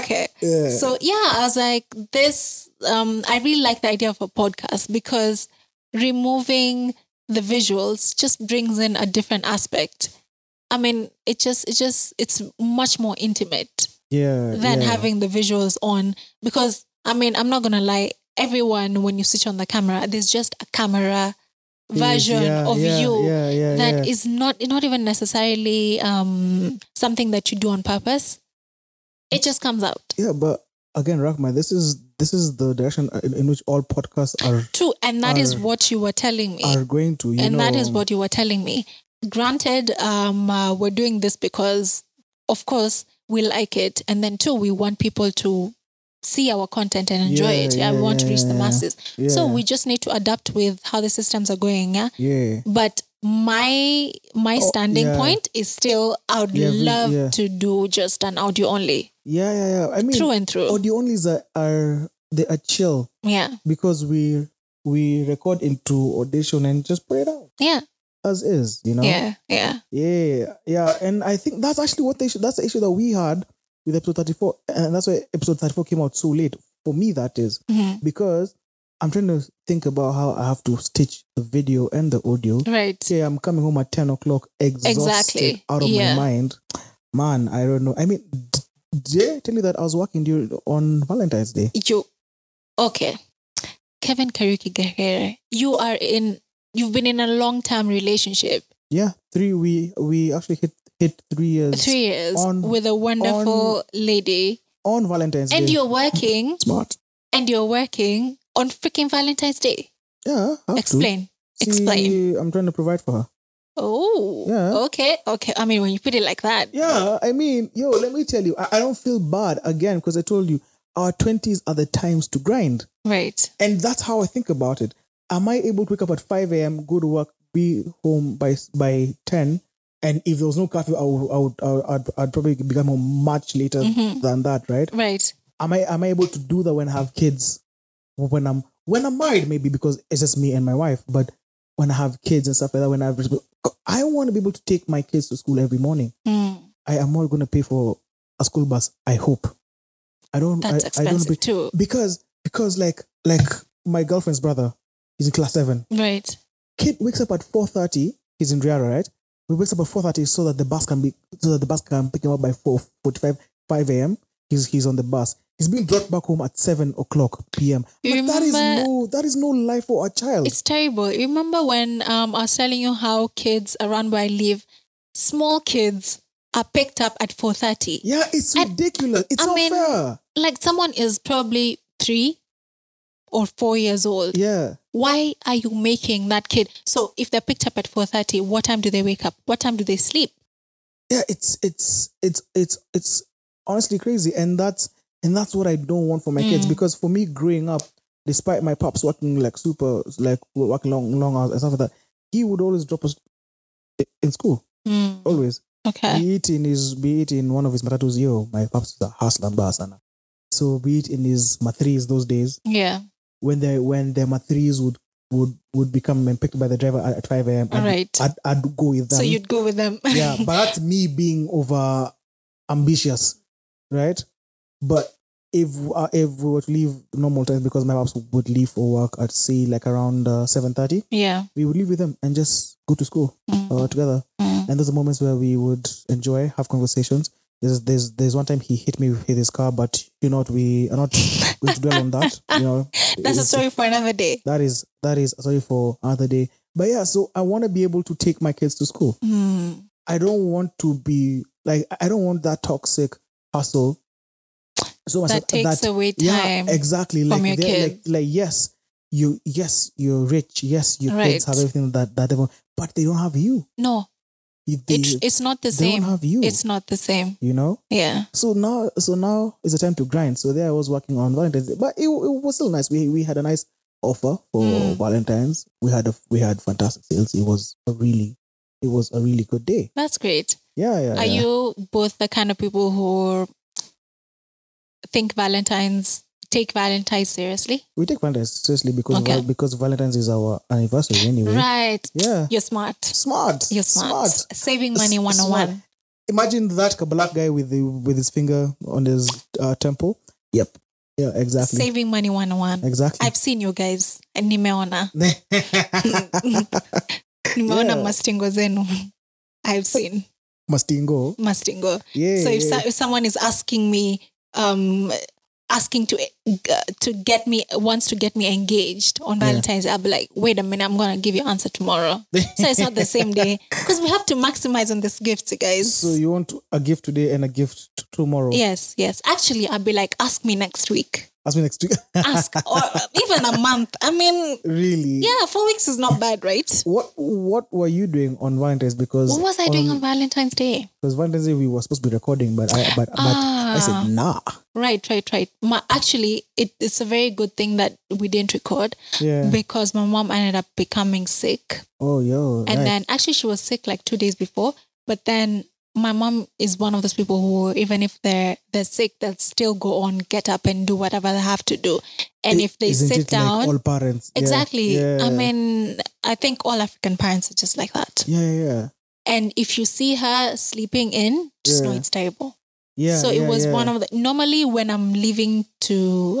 S2: Okay.
S1: yeah.
S2: So yeah, I was like, this um I really like the idea of a podcast because removing the visuals just brings in a different aspect. I mean, it just it just it's much more intimate
S1: yeah.
S2: than
S1: yeah.
S2: having the visuals on because I mean, I'm not gonna lie, everyone when you switch on the camera, there's just a camera version
S1: yeah,
S2: of
S1: yeah,
S2: you
S1: Yeah, yeah,
S2: that
S1: yeah.
S2: is not not even necessarily um, something that you do on purpose. It just comes out
S1: yeah, but again, Rahman, this is this is the direction uh, in, in which all podcasts are
S2: true, and that is
S1: Are-
S2: what you were telling me,
S1: are going to. You
S2: Eh, and
S1: know,
S2: that is what you were telling me. Granted, um, uh, we're doing this because, of course, we like it, and then too, we want people to see our content and enjoy
S1: Yeah,
S2: it. Yeah, we
S1: yeah,
S2: want to
S1: yeah,
S2: reach the
S1: yeah.
S2: masses,
S1: Yeah,
S2: so we just need to adapt with how the systems are going. Yeah,
S1: Yeah.
S2: but my my
S1: Oh,
S2: standing
S1: yeah.
S2: point is still I would
S1: Yeah, vi-
S2: love
S1: yeah.
S2: to do just an audio only
S1: Yeah, yeah, yeah. I mean,
S2: through and through
S1: audio onlys are, are they are chill
S2: yeah
S1: because we we record into audition and just put it out
S2: yeah
S1: as is you know
S2: yeah yeah
S1: yeah yeah and i think that's actually what they should that's the issue that we had with episode 34 and that's why episode 34 came out so late for me that is
S2: Mhm.
S1: because i'm trying to think about how i have to stitch the video and the audio
S2: right
S1: say i'm coming home at 10 o'clock exhausted
S2: Exactly.
S1: out of
S2: Yeah.
S1: my mind man i don't know i mean d- did I tell you that I was working during, on Valentine's Day?
S2: you okay Kevin Karuki Gahera you are in you've been in a long term relationship
S1: Yeah, three. We we actually hit hit three years
S2: three years
S1: on-
S2: with a wonderful lady
S1: on Valentine's
S2: and
S1: Day.
S2: you're working
S1: smart.
S2: and you're working on freaking Valentine's Day
S1: Yeah, have to.
S2: explain
S1: See,
S2: explain
S1: I'm trying to provide for her.
S2: oh
S1: Yeah.
S2: okay okay I mean when you put it like that
S1: Yeah, I mean, yo, let me tell you, I, I don't feel bad again because I told you our twenties are the times to grind,
S2: right
S1: and that's how I think about it. Am I able to wake up at five a.m., go to work, be home by by ten? And if there was no curfew, I would, I would, I would I'd, I'd probably become home much later
S2: Mhm.
S1: than that, right?
S2: Right.
S1: am I am I able to do that when I have kids? When I'm when I'm married, maybe because it's just me and my wife. But when I have kids and stuff like that, when I have, resp- I want to be able to take my kids to school every morning.
S2: Mm,
S1: I am not going to pay for a school bus. I hope. I don't.
S2: that's
S1: I, I don't
S2: expensive
S1: be,
S2: too.
S1: because because like like my girlfriend's brother, he's in class seven.
S2: Right.
S1: Kid wakes up at four thirty. He's in Riara, right? He wakes up at four thirty so that the bus can be so that the bus can pick him up by four forty five five a.m. He's he's on the bus. He's being brought back home at seven o'clock p.m.
S2: You
S1: Like, that is
S2: remember-
S1: no that is no life for a child.
S2: It's terrible. Remember when um I was telling you how kids around where I live, small kids are picked up at 4.30
S1: Yeah, it's
S2: And-
S1: ridiculous. It's
S2: I
S1: not
S2: mean-
S1: fair.
S2: like someone is probably three or four years old
S1: Yeah.
S2: why are you making that kid so if they're picked up at 4.30 what time do they wake up what time do they sleep
S1: yeah it's it's it's it's it's honestly crazy and that's and that's what i don't want for my kids
S2: Mm.
S1: because for me growing up despite my pops working like super like working long long hours and stuff like that he would always drop us in school
S2: Hmm,
S1: always
S2: okay
S1: be it in his be it in one of his matatus yo my pops is a hustler and bar sana so be it in his matris those days
S2: yeah
S1: when they when their matris would would would become picked by the driver at, at 5 a.m
S2: all
S1: I'd-
S2: right
S1: I'd, I'd go with them
S2: so you'd go with them
S1: yeah but that's me being over ambitious right but if uh, if we were to leave normal times because my pops would leave for work at say like around uh, 7.30
S2: yeah
S1: we would leave with them and just go to school
S2: Mm,
S1: uh, together
S2: mm.
S1: and those are moments where we would enjoy have conversations there's, there's there's one time he hit me with his car but you know what we are not going to dwell on that you know
S2: that's a
S1: It's-
S2: story for another day
S1: that is that is sorry for another day but yeah so i want to be able to take my kids to school
S2: Hmm.
S1: I don't want to be like I don't want that toxic hustle. So much
S2: that takes away
S1: yeah,
S2: time
S1: exactly.
S2: from
S1: Like,
S2: your
S1: they're-
S2: kid.
S1: like like yes, you yes you're rich. Yes, your kids
S2: Right.
S1: have everything that that they want, but they don't have you.
S2: no
S1: They,
S2: it, it's not the
S1: they don't
S2: same
S1: have you.
S2: it's not the same
S1: you know.
S2: yeah
S1: So now, so now is the time to grind. So there I was working on Valentine's Day, but it, it was still nice. We we had a nice offer for
S2: Mm.
S1: Valentine's. We had a we had fantastic sales. It was a really it was a really good day.
S2: that's great
S1: Yeah, yeah.
S2: are
S1: yeah.
S2: you both the kind of people who think valentine's take valentine's seriously
S1: We take Valentine's seriously because
S2: Okay.
S1: Val- because Valentine's is our anniversary anyway.
S2: right
S1: Yeah.
S2: you're smart
S1: Mm-hmm. Smart.
S2: you're smart, saving money
S1: S-
S2: 101
S1: smart. Imagine that black guy with the with his finger on his uh, temple. Yep. Yeah, exactly.
S2: saving money 101
S1: Exactly.
S2: i've seen you guys and nimeona nimeona
S1: Yeah.
S2: mastingo zenu i've seen
S1: Mastingo.
S2: mastingo
S1: Yeah.
S2: so if, so,
S1: yeah.
S2: if someone is asking me um asking to to get me wants to get me engaged on
S1: Yeah.
S2: valentine's i'll be like wait a minute i'm gonna give you answer tomorrow so it's not the same day because we have to maximize on this gift guys
S1: So you want a gift today and a gift t- tomorrow.
S2: yes yes actually i'll be like ask me next week
S1: Ask me next week.
S2: ask or even a month i mean
S1: really?
S2: yeah four weeks is not bad right
S1: What what were you doing on Valentine's? Because
S2: what was i doing on valentine's day
S1: because Valentine's Day we were supposed to be recording, but I but, but I
S2: Ah.
S1: said nah.
S2: right right right my, actually it, it's a very good thing that we didn't record
S1: Yeah.
S2: because my mom ended up becoming sick
S1: oh yo.
S2: and
S1: right.
S2: then actually she was sick like two days before but then my mom is one of those people who even if they're they're sick they'll still go on get up and do whatever they have to do and
S1: I-
S2: if they
S1: isn't
S2: sit
S1: it like
S2: down
S1: all parents. Yeah.
S2: exactly
S1: Yeah.
S2: i mean i think all african parents are just like that
S1: Yeah, yeah, yeah.
S2: and if you see her sleeping in just know
S1: Yeah.
S2: it's terrible
S1: yeah
S2: so it
S1: yeah,
S2: was
S1: yeah.
S2: one of the normally when i'm leaving to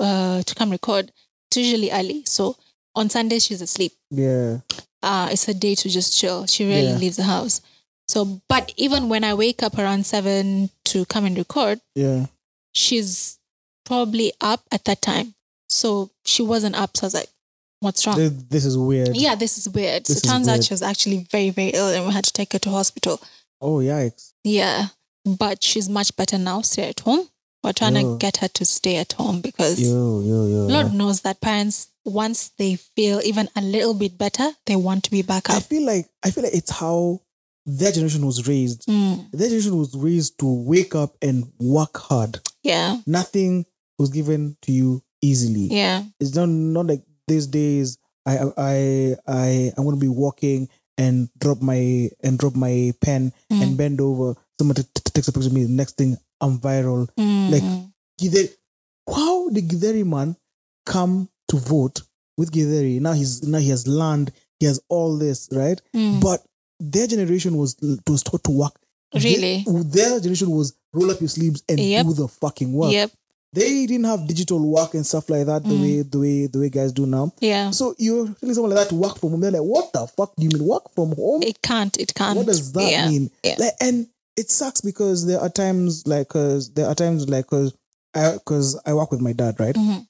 S2: uh to come record it's usually early so on sunday she's asleep
S1: Yeah.
S2: uh, it's a day to just chill. She rarely
S1: Yeah.
S2: leaves the house. So, but even when I wake up around seven to come and record,
S1: Yeah.
S2: she's probably up at that time. So she wasn't up. So I was like, what's wrong?
S1: Th- This is weird.
S2: Oh. yeah, this is weird.
S1: This
S2: so
S1: is
S2: turns out
S1: weird.
S2: she was actually very, very ill and we had to take her to hospital.
S1: Oh yikes.
S2: Yeah. But she's much better now, stay at home. We're trying
S1: Yo.
S2: to get her to stay at home because
S1: Yo, yo, yo.
S2: Lord knows that parents, once they feel even a little bit better, they want to be back
S1: I
S2: up.
S1: feel like I feel like it's how their generation was raised.
S2: Mm,
S1: Their generation was raised to wake up and work hard.
S2: yeah.
S1: Nothing was given to you easily.
S2: Yeah.
S1: It's not not like these days. I I I I I'm gonna be walking and drop my and drop my pen
S2: Mm.
S1: and bend over. Someone t- t- takes a picture of me. Next thing I'm viral. Like-
S2: Mm.
S1: Githe- how did Githeri man come to vote with Githeri? Now he's now he has land, he has all this, right?
S2: Mm.
S1: But their generation was was taught to work.
S2: Really?
S1: Their, their generation was roll up your sleeves and
S2: Yep.
S1: do the fucking work.
S2: Yep.
S1: They didn't have digital work and stuff like that the
S2: Mm.
S1: way the way the way guys do now.
S2: Yeah.
S1: So you're telling someone like that to work from home. They're like, what the fuck do you mean work from home?
S2: It can't. It can't.
S1: what does that
S2: yeah.
S1: mean?
S2: yeah.
S1: Like, and it sucks because there are times like, cause there are times like, cause I, cause I work with my dad, right?
S2: Mhm,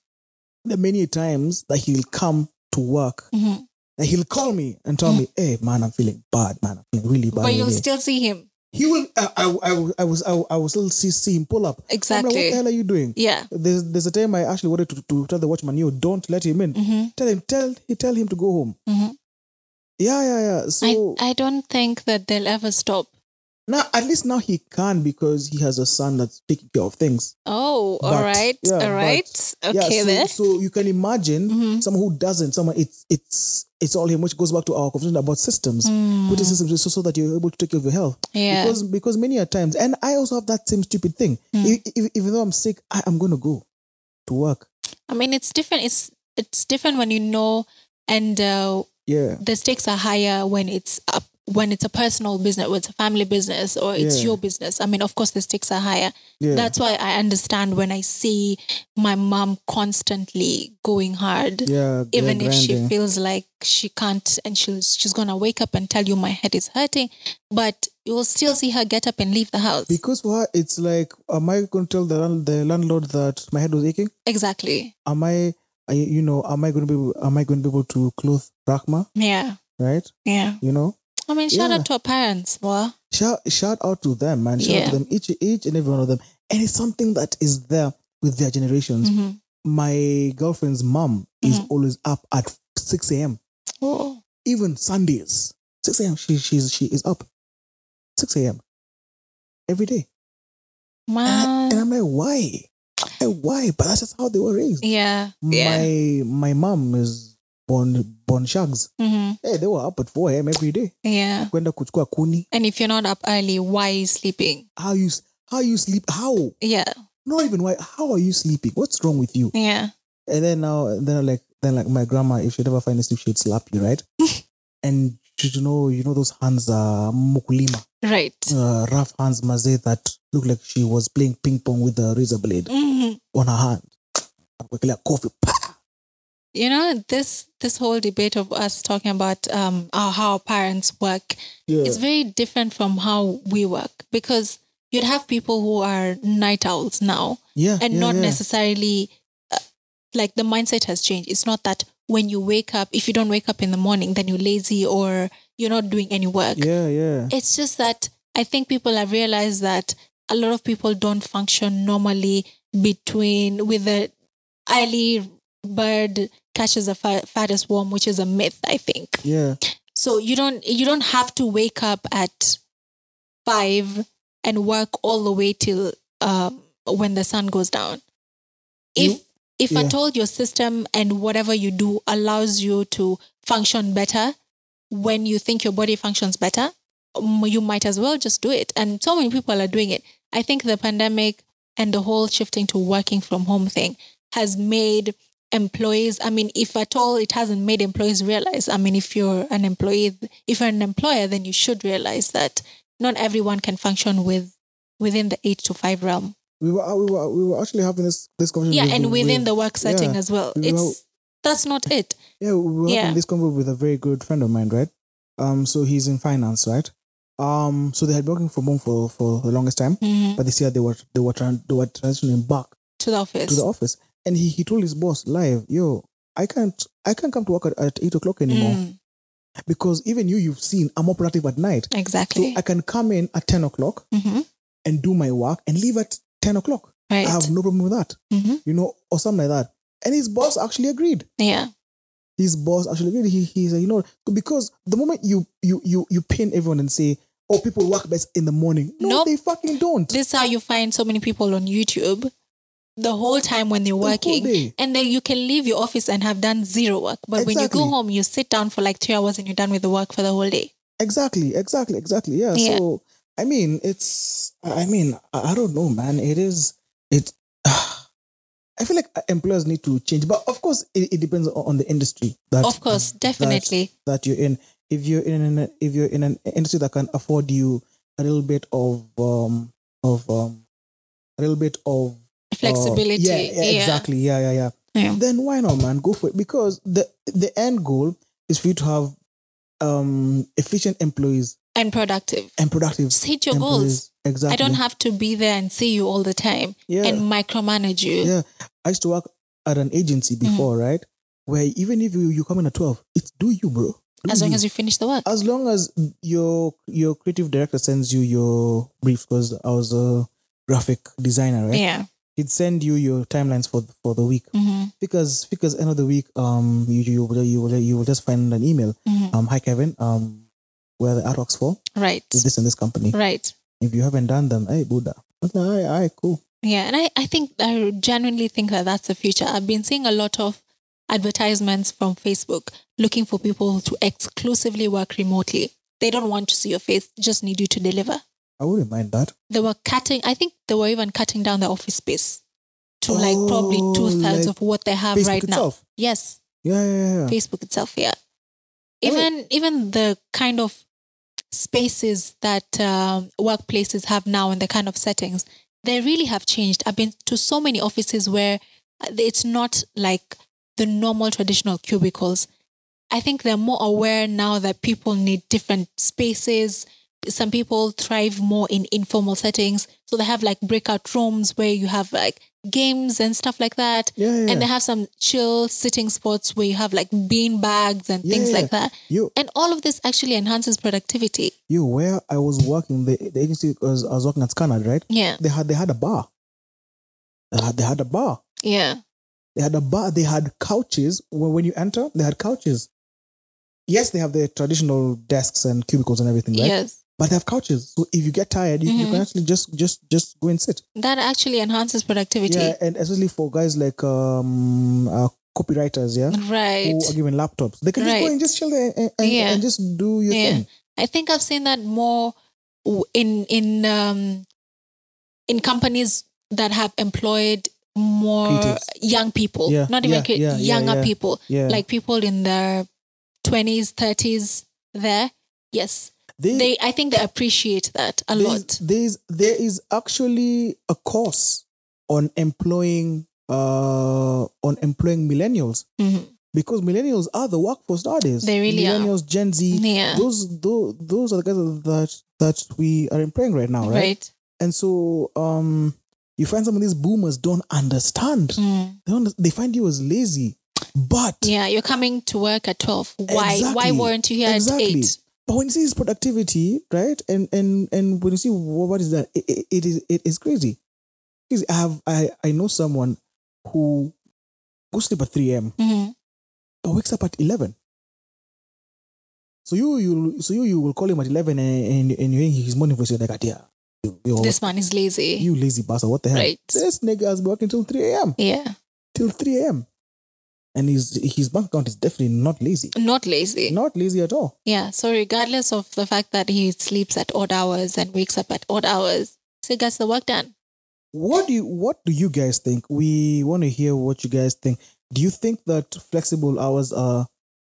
S1: There are many times that he'll come to work
S2: mhm.
S1: and he'll call me and tell me, "Hey, man, I'm feeling bad, man. I'm feeling really bad."
S2: But you'll
S1: today."
S2: still see him.
S1: he will. I, I, I, I was. I, I will still see, see him pull up. I'm like, what
S2: Exactly.
S1: the hell are you doing?
S2: Yeah.
S1: There's, there's a time I actually wanted to, to tell the watchman, "You don't let him in.
S2: hmm
S1: Tell him. Tell he tell him to go home."
S2: hmm
S1: Yeah, yeah, yeah. So
S2: I, I don't think that they'll ever stop.
S1: now, at least now he can because he has a son that's taking care of things.
S2: Oh, all
S1: But-
S2: right,
S1: yeah,
S2: all
S1: but-
S2: right,
S1: yeah,
S2: okay
S1: so,
S2: then.
S1: so you can imagine
S2: Mhm.
S1: someone who doesn't. Someone it's it's it's all him, which goes back to our conversation about systems.
S2: Mm,
S1: Put the systems in so, so that you're able to take care of your health.
S2: yeah,
S1: Because because many a times, and I also have that same stupid thing.
S2: Mm.
S1: E- e- even though I'm sick, I am gonna go to work.
S2: I mean it's different. It's it's different when you know, and uh,
S1: Yeah,
S2: the stakes are higher when it's up when it's a personal business, when it's a family business, or it's
S1: Yeah.
S2: your business. I mean, of course, the stakes are higher.
S1: yeah,
S2: That's why I understand when I see my mom constantly going hard.
S1: yeah.
S2: even if she
S1: grinding.
S2: feels like she can't and she's she's gonna wake up and tell you my head is hurting but you will still see her get up and leave the house
S1: because for her, it's like, am I gonna tell the land- the landlord that my head was aching?
S2: exactly
S1: Am I, I you know, am I gonna be able, am I gonna be able to clothe Rakma?
S2: yeah
S1: Right,
S2: yeah
S1: you know.
S2: i mean shout
S1: Yeah.
S2: out to her parents well
S1: shout shout out to them man shout out
S2: Yeah.
S1: to them each each and every one of them and it's something that is there with their generations
S2: hmm
S1: my girlfriend's mom
S2: Mm-hmm.
S1: is always up at 6 a.m
S2: oh
S1: even sundays 6 a.m she she's she is up 6 a.m every day and, I,
S2: man
S1: am like why Like, why but that's just how they were raised
S2: yeah yeah
S1: my my mom is born born shags
S2: hmm
S1: hey they were up at 4 a.m every day
S2: yeah
S1: kwenda kuchukua kuni
S2: and if you're not up early why are you sleeping
S1: how you s- how you sleep how
S2: yeah
S1: not even why how are you sleeping what's wrong with you
S2: yeah
S1: and then now then like then like my grandma if she'd ever find a sleep she'd slap you right and you know you know those hands uh mukulima
S2: right
S1: uh, rough hands maze that look like she was playing ping pong with a razor blade
S2: hmm
S1: on her hand like coffee pa!
S2: you know this this whole debate of us talking about um our, how our parents work
S1: yeah
S2: it's very different from how we work because you'd have people who are night owls now
S1: yeah
S2: and
S1: yeah,
S2: not
S1: yeah.
S2: necessarily uh, like the mindset has changed it's not that when you wake up if you don't wake up in the morning then you're lazy or you're not doing any work
S1: yeah yeah
S2: it's just that i think people have realized that a lot of people don't function normally between with the early bird catches the fa- fattest worm which is a myth i think
S1: yeah
S2: so you don't you don't have to wake up at five and work all the way till um, when the sun goes down. If
S1: You-
S2: if
S1: yeah.
S2: at all your system and whatever you do allows you to function better when you think your body functions better, um, you might as well just do it. And so many people are doing it. I think the pandemic and the whole shifting to working from home thing has made employees i mean if at all it hasn't made employees realize i mean if you're an employee if you're an employer then you should realize that not everyone can function with within the 8 to 5 realm
S1: we were we were we were actually having this this conversation
S2: yeah
S1: with-
S2: and within
S1: with-
S2: the work setting
S1: yeah.
S2: as well
S1: We will-
S2: it's that's not it
S1: Yeah, we were
S2: Yeah.
S1: having this convo with a very good friend of mine, right? Um, so he's in finance, right? Um, so they had been working from home for for the longest time,
S2: Mhm.
S1: but this year they were they were tran- they were transitioning back
S2: to the office
S1: to the office, and he, he told his boss live, "Yo, I can't I can't come to work at, at eight o'clock anymore
S2: Mm,
S1: because even you you've seen I'm more productive at night, so
S2: exactly
S1: I can come in at ten o'clock
S2: Mhm.
S1: and do my work and leave at ten o'clock.
S2: right
S1: I have no problem with that,
S2: hmm
S1: you know, or something like that." And his boss actually agreed
S2: yeah
S1: his boss actually agreed. He he's like, you know, because the moment you you you you pin everyone and say, oh, people work best in the morning. No,
S2: Nope.
S1: they fucking don't.
S2: this is how you find so many people on youtube the whole time when they're
S1: The whole
S2: working
S1: day.
S2: And then you can leave your office and have done zero work. But when you
S1: Exactly.
S2: go home, you sit down for like three hours and you're done with the work for the whole day.
S1: Exactly, exactly, exactly. Yeah.
S2: Yeah.
S1: So I mean, it's I I mean, I I don't know, man. It is it. I feel like uh, employers need to change, but of course, it, it depends on on the industry. That,
S2: Of course, definitely.
S1: that you're in. If you're in an, if you're in an industry that can afford you a little bit of um of um a little bit of
S2: Flexibility.
S1: Uh, yeah, yeah, exactly. Yeah, yeah, yeah.
S2: Yeah.
S1: Then why not, man? Go for it because the the end goal is for you to have um efficient employees
S2: And productive.
S1: and productive
S2: Just hit your goals.
S1: employees. Exactly.
S2: I don't have to be there and see you all the time
S1: yeah.
S2: and micromanage you.
S1: Yeah. I used to
S2: Mm-hmm.
S1: work at an agency before, right? Where even if you, you come in at twelve, it's do you, bro.
S2: as long as you finish the work.
S1: as long as your your creative director sends you your brief because I was a graphic designer, right?
S2: Yeah.
S1: He'd send you your timelines for for the week
S2: hmm
S1: because because end of the week um you you will you will you will just find an email
S2: hmm
S1: um hi Kevin um where are the artworks for
S2: Right.
S1: is this and this company
S2: Right.
S1: if you haven't done them hey Buddha okay aye aye cool
S2: Yeah. And I, I think, I genuinely think that that's the future. I've been seeing a lot of advertisements from Facebook looking for people to exclusively work remotely. They don't want to see your face, just need you to deliver.
S1: I wouldn't mind that
S2: They were cutting, I think they were even cutting down the office space to like probably
S1: Oh,
S2: two thirds
S1: like
S2: of what they have
S1: Facebook
S2: Um, right now.
S1: itself
S2: Yes.
S1: yeah yeah yeah, yeah.
S2: Facebook itself, yeah.
S1: I mean-
S2: Even even the kind of spaces that um, workplaces have now and the kind of settings, they really have changed. I've been to so many offices where it's not like the normal traditional cubicles. I think they're more aware now that people need different spaces. Some people thrive more in informal settings, so they have like breakout rooms where you have like games and stuff like that
S1: yeah, yeah, yeah.
S2: and they have some chill sitting spots where you have like bean bags and
S1: Yeah,
S2: things
S1: yeah.
S2: like that.
S1: you
S2: And all of this actually enhances productivity.
S1: you where I was working the, the agency because I was working at Scanard right
S2: Yeah,
S1: they had they had a bar they had, they had a bar
S2: yeah,
S1: they had a bar they had couches when, when you enter they had couches yes they have their traditional desks and cubicles and everything right
S2: yes.
S1: but they have couches. So if you get tired, you, you
S2: Mhm.
S1: can actually just just just go and sit.
S2: That actually enhances productivity.
S1: Yeah, and especially for guys like um uh, copywriters, yeah,
S2: Right.
S1: who are given laptops, they can just
S2: Right.
S1: go and just chill there and, and,
S2: Yeah.
S1: and just do your
S2: Yeah.
S1: thing.
S2: I think I've seen that more w- in in um in companies that have employed more
S1: Creatives.
S2: young people,
S1: Yeah,
S2: not even
S1: yeah,
S2: cre-
S1: yeah, yeah,
S2: younger
S1: yeah.
S2: people,
S1: Yeah,
S2: like people in their 20s, 30s there. Yes. They I think they appreciate that a
S1: there's,
S2: lot.
S1: There's there is actually a course on employing uh on employing millennials
S2: Mhm.
S1: because millennials are the workforce nowadays.
S2: They really are.
S1: millennials, Gen Z.
S2: Yeah.
S1: Those, those those are the guys that that we are employing right now, right?
S2: Right.
S1: And so um you find some of these boomers don't understand.
S2: Mm.
S1: They, don't, they find you as lazy. But
S2: Yeah, you're coming to work at 12. Why why
S1: Exactly.
S2: weren't you here at 8?
S1: But when you see his productivity, right? And and and when you see what, what is that, it, it, it is it is crazy. Crazy. I have I I know someone who goes to sleep at three a.m.
S2: Mhm.
S1: but wakes up at eleven. So you you so you you will call him at eleven and and, and you he's morning voice. You're like, "Adia, you, you,
S2: This man is lazy.
S1: you lazy bastard! What the hell?
S2: Right.
S1: This nigga has been working till three a.m.
S2: Yeah.
S1: till three a.m. And his his bank account is definitely not lazy.
S2: Not lazy.
S1: Not lazy at all.
S2: Yeah. So regardless of the fact that he sleeps at odd hours and wakes up at odd hours, still gets the work done.
S1: what do you what do you guys think we want to hear what you guys think do you think that flexible hours are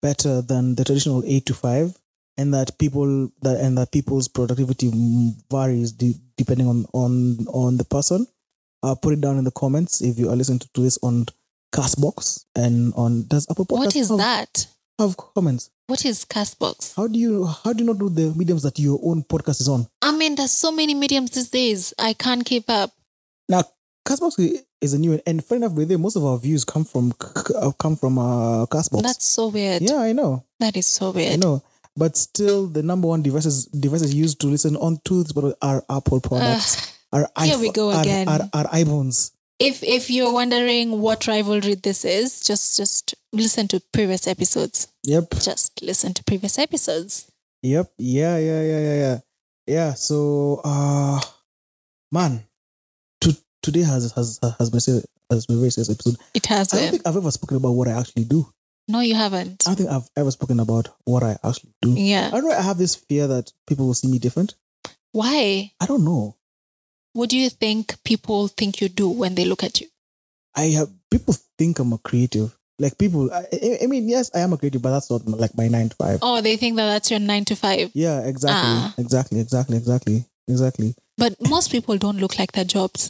S1: better than the traditional 8 to 5 and that people that and that people's productivity mm, varies de- depending on on on the person uh, put it down in the comments if you are listening to, to this on castbox and on does apple podcast
S2: What is
S1: have,
S2: that?
S1: have comments
S2: What is Castbox?
S1: how do you how do you not do the mediums that your own podcast is on
S2: I mean, there's so many mediums these days. I can't keep up.
S1: Now, Castbox i- is a new one, and funny enough, with it, most of our views come from c- c- uh, come from uh, Castbox.
S2: That's so weird.
S1: yeah, I know,
S2: That is so
S1: I
S2: weird.
S1: know. But still, the number one devices devices used to listen on to this product are Apple products,
S2: Ugh.
S1: are
S2: Uh, here we go
S1: are-
S2: again.
S1: are, are iPhones.
S2: if if you're wondering what rivalry this is, just just listen to previous episodes.
S1: Yep,
S2: just listen to previous episodes.
S1: yep, yeah, yeah, yeah, yeah, yeah. Yeah. So, uh, man, to, today has has has been ser- has been a very serious episode.
S2: It has
S1: I don't
S2: been.
S1: think I've ever spoken about what I actually do.
S2: No, you haven't.
S1: I don't think I've ever spoken about what I actually do.
S2: Yeah.
S1: I don't know. I have this fear that people will see me different.
S2: Why?
S1: I don't know.
S2: What do you think people think you do when they look at you?
S1: I have people think I'm a creative. Like people, I, I- I mean, yes, I am a creative, but that's not like my nine to five.
S2: Oh, they think that that's your nine to five.
S1: Yeah, exactly,
S2: Ah.
S1: exactly, exactly, exactly, exactly.
S2: But most people don't look like their jobs.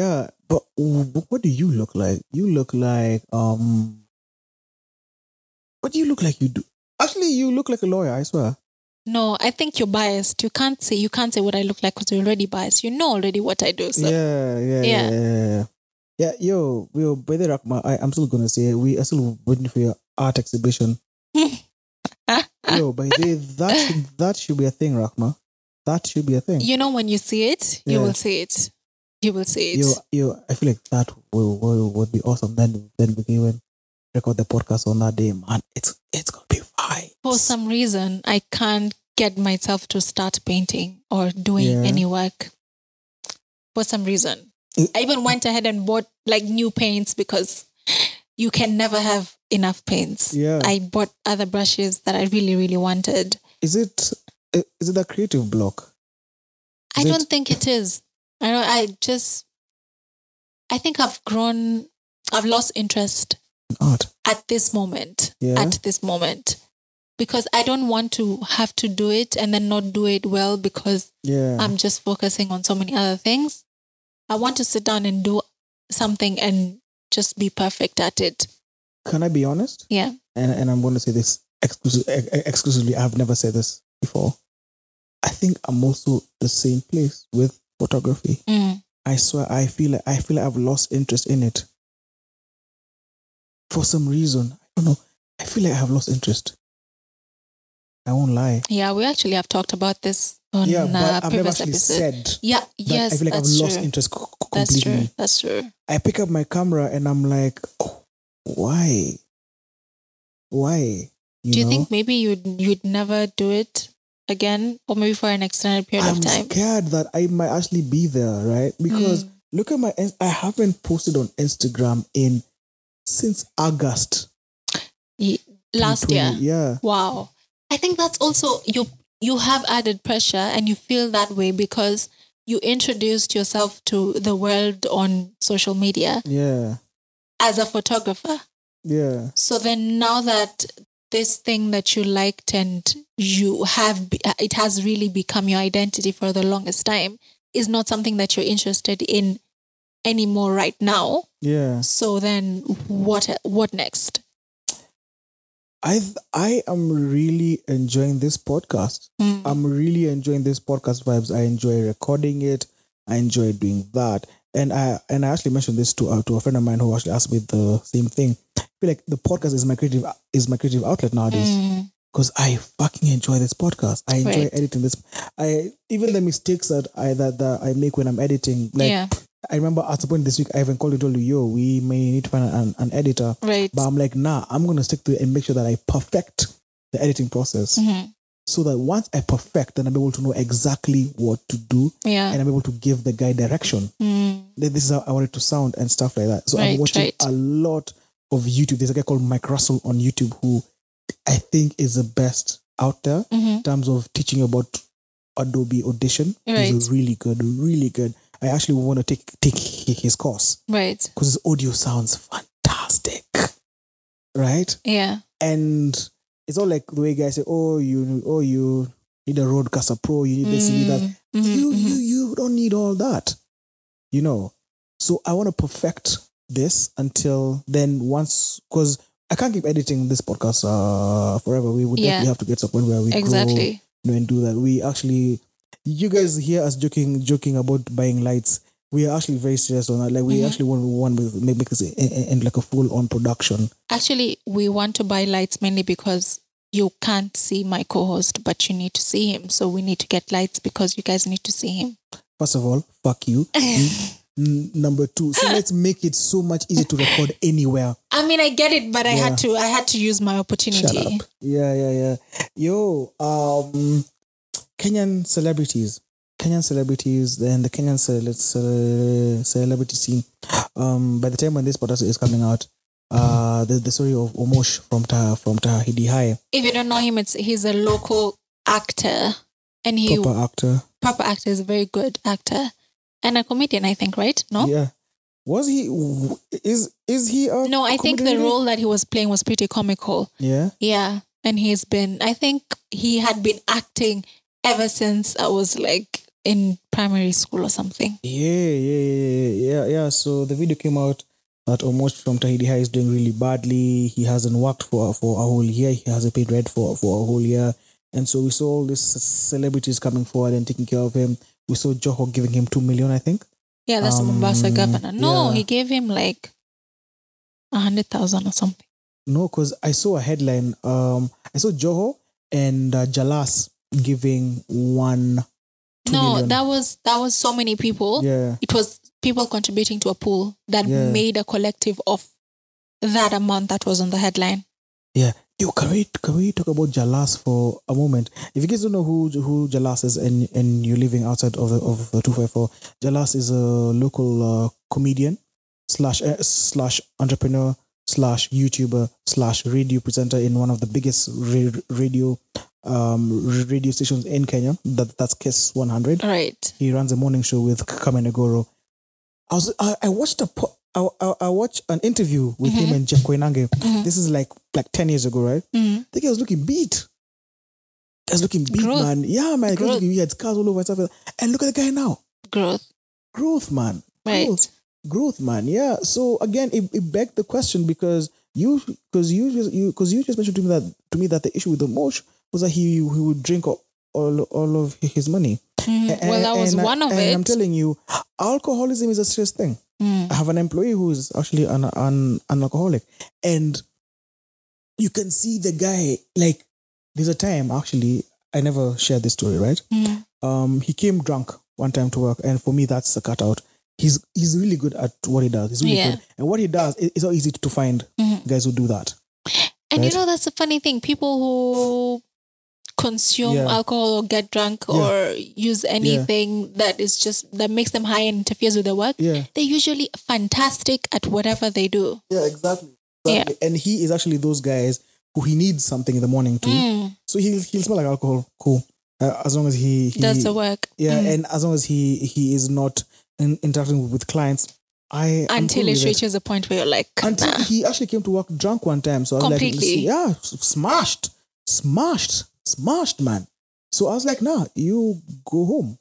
S1: Yeah, but w- but what do you look like? You look like um. What do you look like? You do actually. You look like a lawyer. I swear.
S2: No, I think you're biased. You can't say you can't say what I look like because you're already biased. You know already what I do. So
S1: yeah, yeah,
S2: Yeah.
S1: yeah, yeah, yeah. Yeah, yo, yo, by the rock, I, I'm still gonna say we are still waiting for your art exhibition. Yo, by the way, that should, that should be a thing, Rakma. That should be a thing.
S2: You know, when you see it, you
S1: Yeah.
S2: will see it. You will see it.
S1: Yo, yo, I feel like that will, will, would be awesome. Then, then we can even record the podcast on that day, man. It's it's gonna be fine.
S2: For some reason, I can't get myself to start painting or doing
S1: Yeah.
S2: any work. For some reason,
S1: It-
S2: I even went ahead and bought like new paints because you can never have enough paints.
S1: Yeah.
S2: I bought other brushes that I really, really wanted.
S1: Is it i- is it a creative block?
S2: I
S1: Is it-
S2: don't think it is. I don't, I just, I think I've grown, I've lost interest
S1: in Art.
S2: at this moment.
S1: Yeah.
S2: At this moment. Because I don't want to have to do it and then not do it well because
S1: Yeah.
S2: I'm just focusing on so many other things. I want to sit down and do something and just be perfect at it.
S1: Can I be honest?
S2: Yeah.
S1: and and I'm going to say this exclusive, ex- ex- exclusively. I've never said this before. I think I'm also the same place with photography.
S2: Mm.
S1: I swear, I feel like I feel like I've lost interest in it for some reason. I don't know. I feel like I have lost interest. I won't lie.
S2: Yeah, we actually have talked about this on
S1: yeah,
S2: uh,
S1: but I've never
S2: previous
S1: actually
S2: episode.
S1: said that
S2: yeah, yes,
S1: I feel like I've
S2: that's true.
S1: lost interest c- c-
S2: that's
S1: completely.
S2: true. That's true.
S1: I pick up my camera and I'm like, oh, why? Why?
S2: Do you
S1: know?
S2: think maybe you'd you'd never do it again, or maybe for an extended period
S1: I'm
S2: of time?
S1: scared that I might actually be there, right? Because
S2: Mm.
S1: look at my, Ins- I haven't posted on Instagram in since August
S2: Last
S1: 2020. Yeah,
S2: year, Wow. I think that's also you you have added pressure and you feel that way because you introduced yourself to the world on social media
S1: yeah,
S2: as a photographer.
S1: yeah,
S2: So then now that this thing that you liked and you have be- uh, it has really become your identity for the longest time is not something that you're interested in anymore right now.
S1: yeah.
S2: So then what what next?
S1: I th- I am really enjoying this podcast.
S2: Mm.
S1: I'm really enjoying this podcast vibes. I enjoy recording it. I enjoy doing that. And I and I actually mentioned this to uh, to a friend of mine who actually asked me the same thing. I feel like the podcast is my creative is my creative outlet nowadays.
S2: Mm.
S1: because I fucking enjoy this podcast. I enjoy
S2: Right.
S1: editing this. I even the mistakes that I that, that I make when I'm editing. Like
S2: yeah,
S1: I remember at some point this week, I even called you told you, "Yo, we may need to find an, an editor."
S2: right.
S1: But I'm like, nah, I'm gonna stick to it and make sure that I perfect the editing process,
S2: Mhm.
S1: so that once I perfect, then I'm able to know exactly what to do,
S2: Yeah.
S1: and I'm able to give the guy direction.
S2: Mm.
S1: Then This is how I want it to sound and stuff like that. So I'm
S2: Right,
S1: watching
S2: right.
S1: a lot of YouTube. There's a guy called Mike Russell on YouTube who I think is the best out there
S2: Mm-hmm.
S1: in terms of teaching about Adobe Audition.
S2: Right.
S1: He's really good, really good. I actually want to take take his course
S2: Right.
S1: because his audio sounds fantastic, right?
S2: Yeah.
S1: And it's all like the way guys say, "Oh, you, oh, you need a Roadcaster Pro, you need this, you need that."
S2: Mm, mhm,
S1: You,
S2: mhm.
S1: you, you don't need all that, you know. So I want to perfect this until then. Once, because I can't keep editing this podcast uh, forever. We would
S2: Yeah.
S1: definitely have to get to a point where we grow
S2: Exactly.
S1: know, and do that. We actually, you guys hear us joking, joking about buying lights. We are actually very serious on that. Like we
S2: Mhm.
S1: actually want one with make, make this and like a full on production.
S2: Actually, we want to buy lights mainly because you can't see my co-host, but you need to see him. So we need to get lights because you guys need to see him.
S1: First of all, fuck you. N- number two, so let's make it so much easier to record anywhere.
S2: I mean, I get it, but I
S1: Yeah.
S2: had to. I had to use my
S1: Shut
S2: opportunity.
S1: up. Yeah, yeah, yeah. Yo, um, Kenyan celebrities, Kenyan celebrities, then the Kenyan cele- cele- celebrity scene. Um, by the time when this podcast is coming out, uh, the, the story of Omosh from Ta from Tahidi High,
S2: If you don't know him, it's he's a local actor, and he proper,
S1: proper actor.
S2: actor is a very good actor and a comedian. I think, right? No.
S1: Yeah, was he? Is is he? A
S2: No, I think the
S1: comedian?
S2: role that he was playing was pretty comical.
S1: Yeah,
S2: Yeah. And he's been, I think he had been acting ever since I was like in primary school or something.
S1: yeah, yeah, yeah, yeah, yeah. So the video came out that almost from Tahidi High is doing really badly. He hasn't worked for for a whole year. He hasn't paid rent for for a whole year. And so we saw all these c- celebrities coming forward and taking care of him. We saw Joho giving him two million, I think.
S2: Yeah, that's the Mombasa
S1: Um,
S2: governor. No,
S1: yeah.
S2: he gave him like a hundred thousand or something.
S1: No, because I saw a headline. Um, I saw Joho and uh, Jalas giving one. two
S2: no,
S1: million.
S2: that was that was so many people.
S1: yeah,
S2: It was people contributing to a pool that
S1: Yeah.
S2: made a collective of that amount that was on the headline.
S1: yeah. Yo, can we can we talk about Jalas for a moment? If you guys don't know who who Jalas is, and and you're living outside of the, of the two five four, Jalas is a local uh, comedian slash eh, slash entrepreneur slash YouTuber slash radio presenter in one of the biggest ra- radio um ra- radio stations in Kenya. That that's Kiss one hundred.
S2: Right.
S1: he runs a morning show with Kamenegoro. I was I, I watched a po- I, I, I watched an interview with him and Jeff Koinange. This is like like ten years ago, right?
S2: Mhm.
S1: The guy was looking beat. Guy was looking beat,
S2: Growth.
S1: man. Yeah, man. Guy was
S2: Growth.
S1: looking, he had scars all over and stuff. And look at the guy now.
S2: Growth.
S1: Growth, man.
S2: Right.
S1: Growth growth man yeah so again it, it begged the question because you because you just you because you just mentioned to me that to me that the issue with the mosh was that he he would drink all all, all of his money
S2: Mhm. Well, that was
S1: and I-
S2: one of
S1: and i'm
S2: it.
S1: telling you alcoholism is a serious thing
S2: Mm.
S1: i have an employee who is actually an, an an alcoholic and you can see the guy like there's a time actually i never shared this story right
S2: Mm.
S1: um, he came drunk one time to work, and for me, that's a cutout. He's he's really good at what he does. He's really
S2: Yeah.
S1: good, and what he does it- it's not easy to find
S2: Mhm.
S1: guys who do that.
S2: And
S1: Right.
S2: you know that's the funny thing. People who consume
S1: Yeah.
S2: alcohol or get drunk
S1: Yeah.
S2: or use anything that is just that makes them high and interferes with their work,
S1: Yeah,
S2: they're usually fantastic at whatever they do.
S1: yeah, exactly.
S2: Exactly.
S1: And he is actually those guys who he needs something in the morning too.
S2: Mm.
S1: So he'll he'll smell like alcohol. Cool. Uh, as long as he, he
S2: Does the work.
S1: Yeah,
S2: Mm.
S1: and as long as he he is not in, interacting with clients, I am
S2: Mm. until
S1: cool
S2: it
S1: with it.
S2: reaches a point where you're like,
S1: until
S2: nah.
S1: he actually came to work drunk one time. So I was
S2: Completely.
S1: like, yeah, s- smashed, smashed, smashed, man. So I was like, nah, you go home,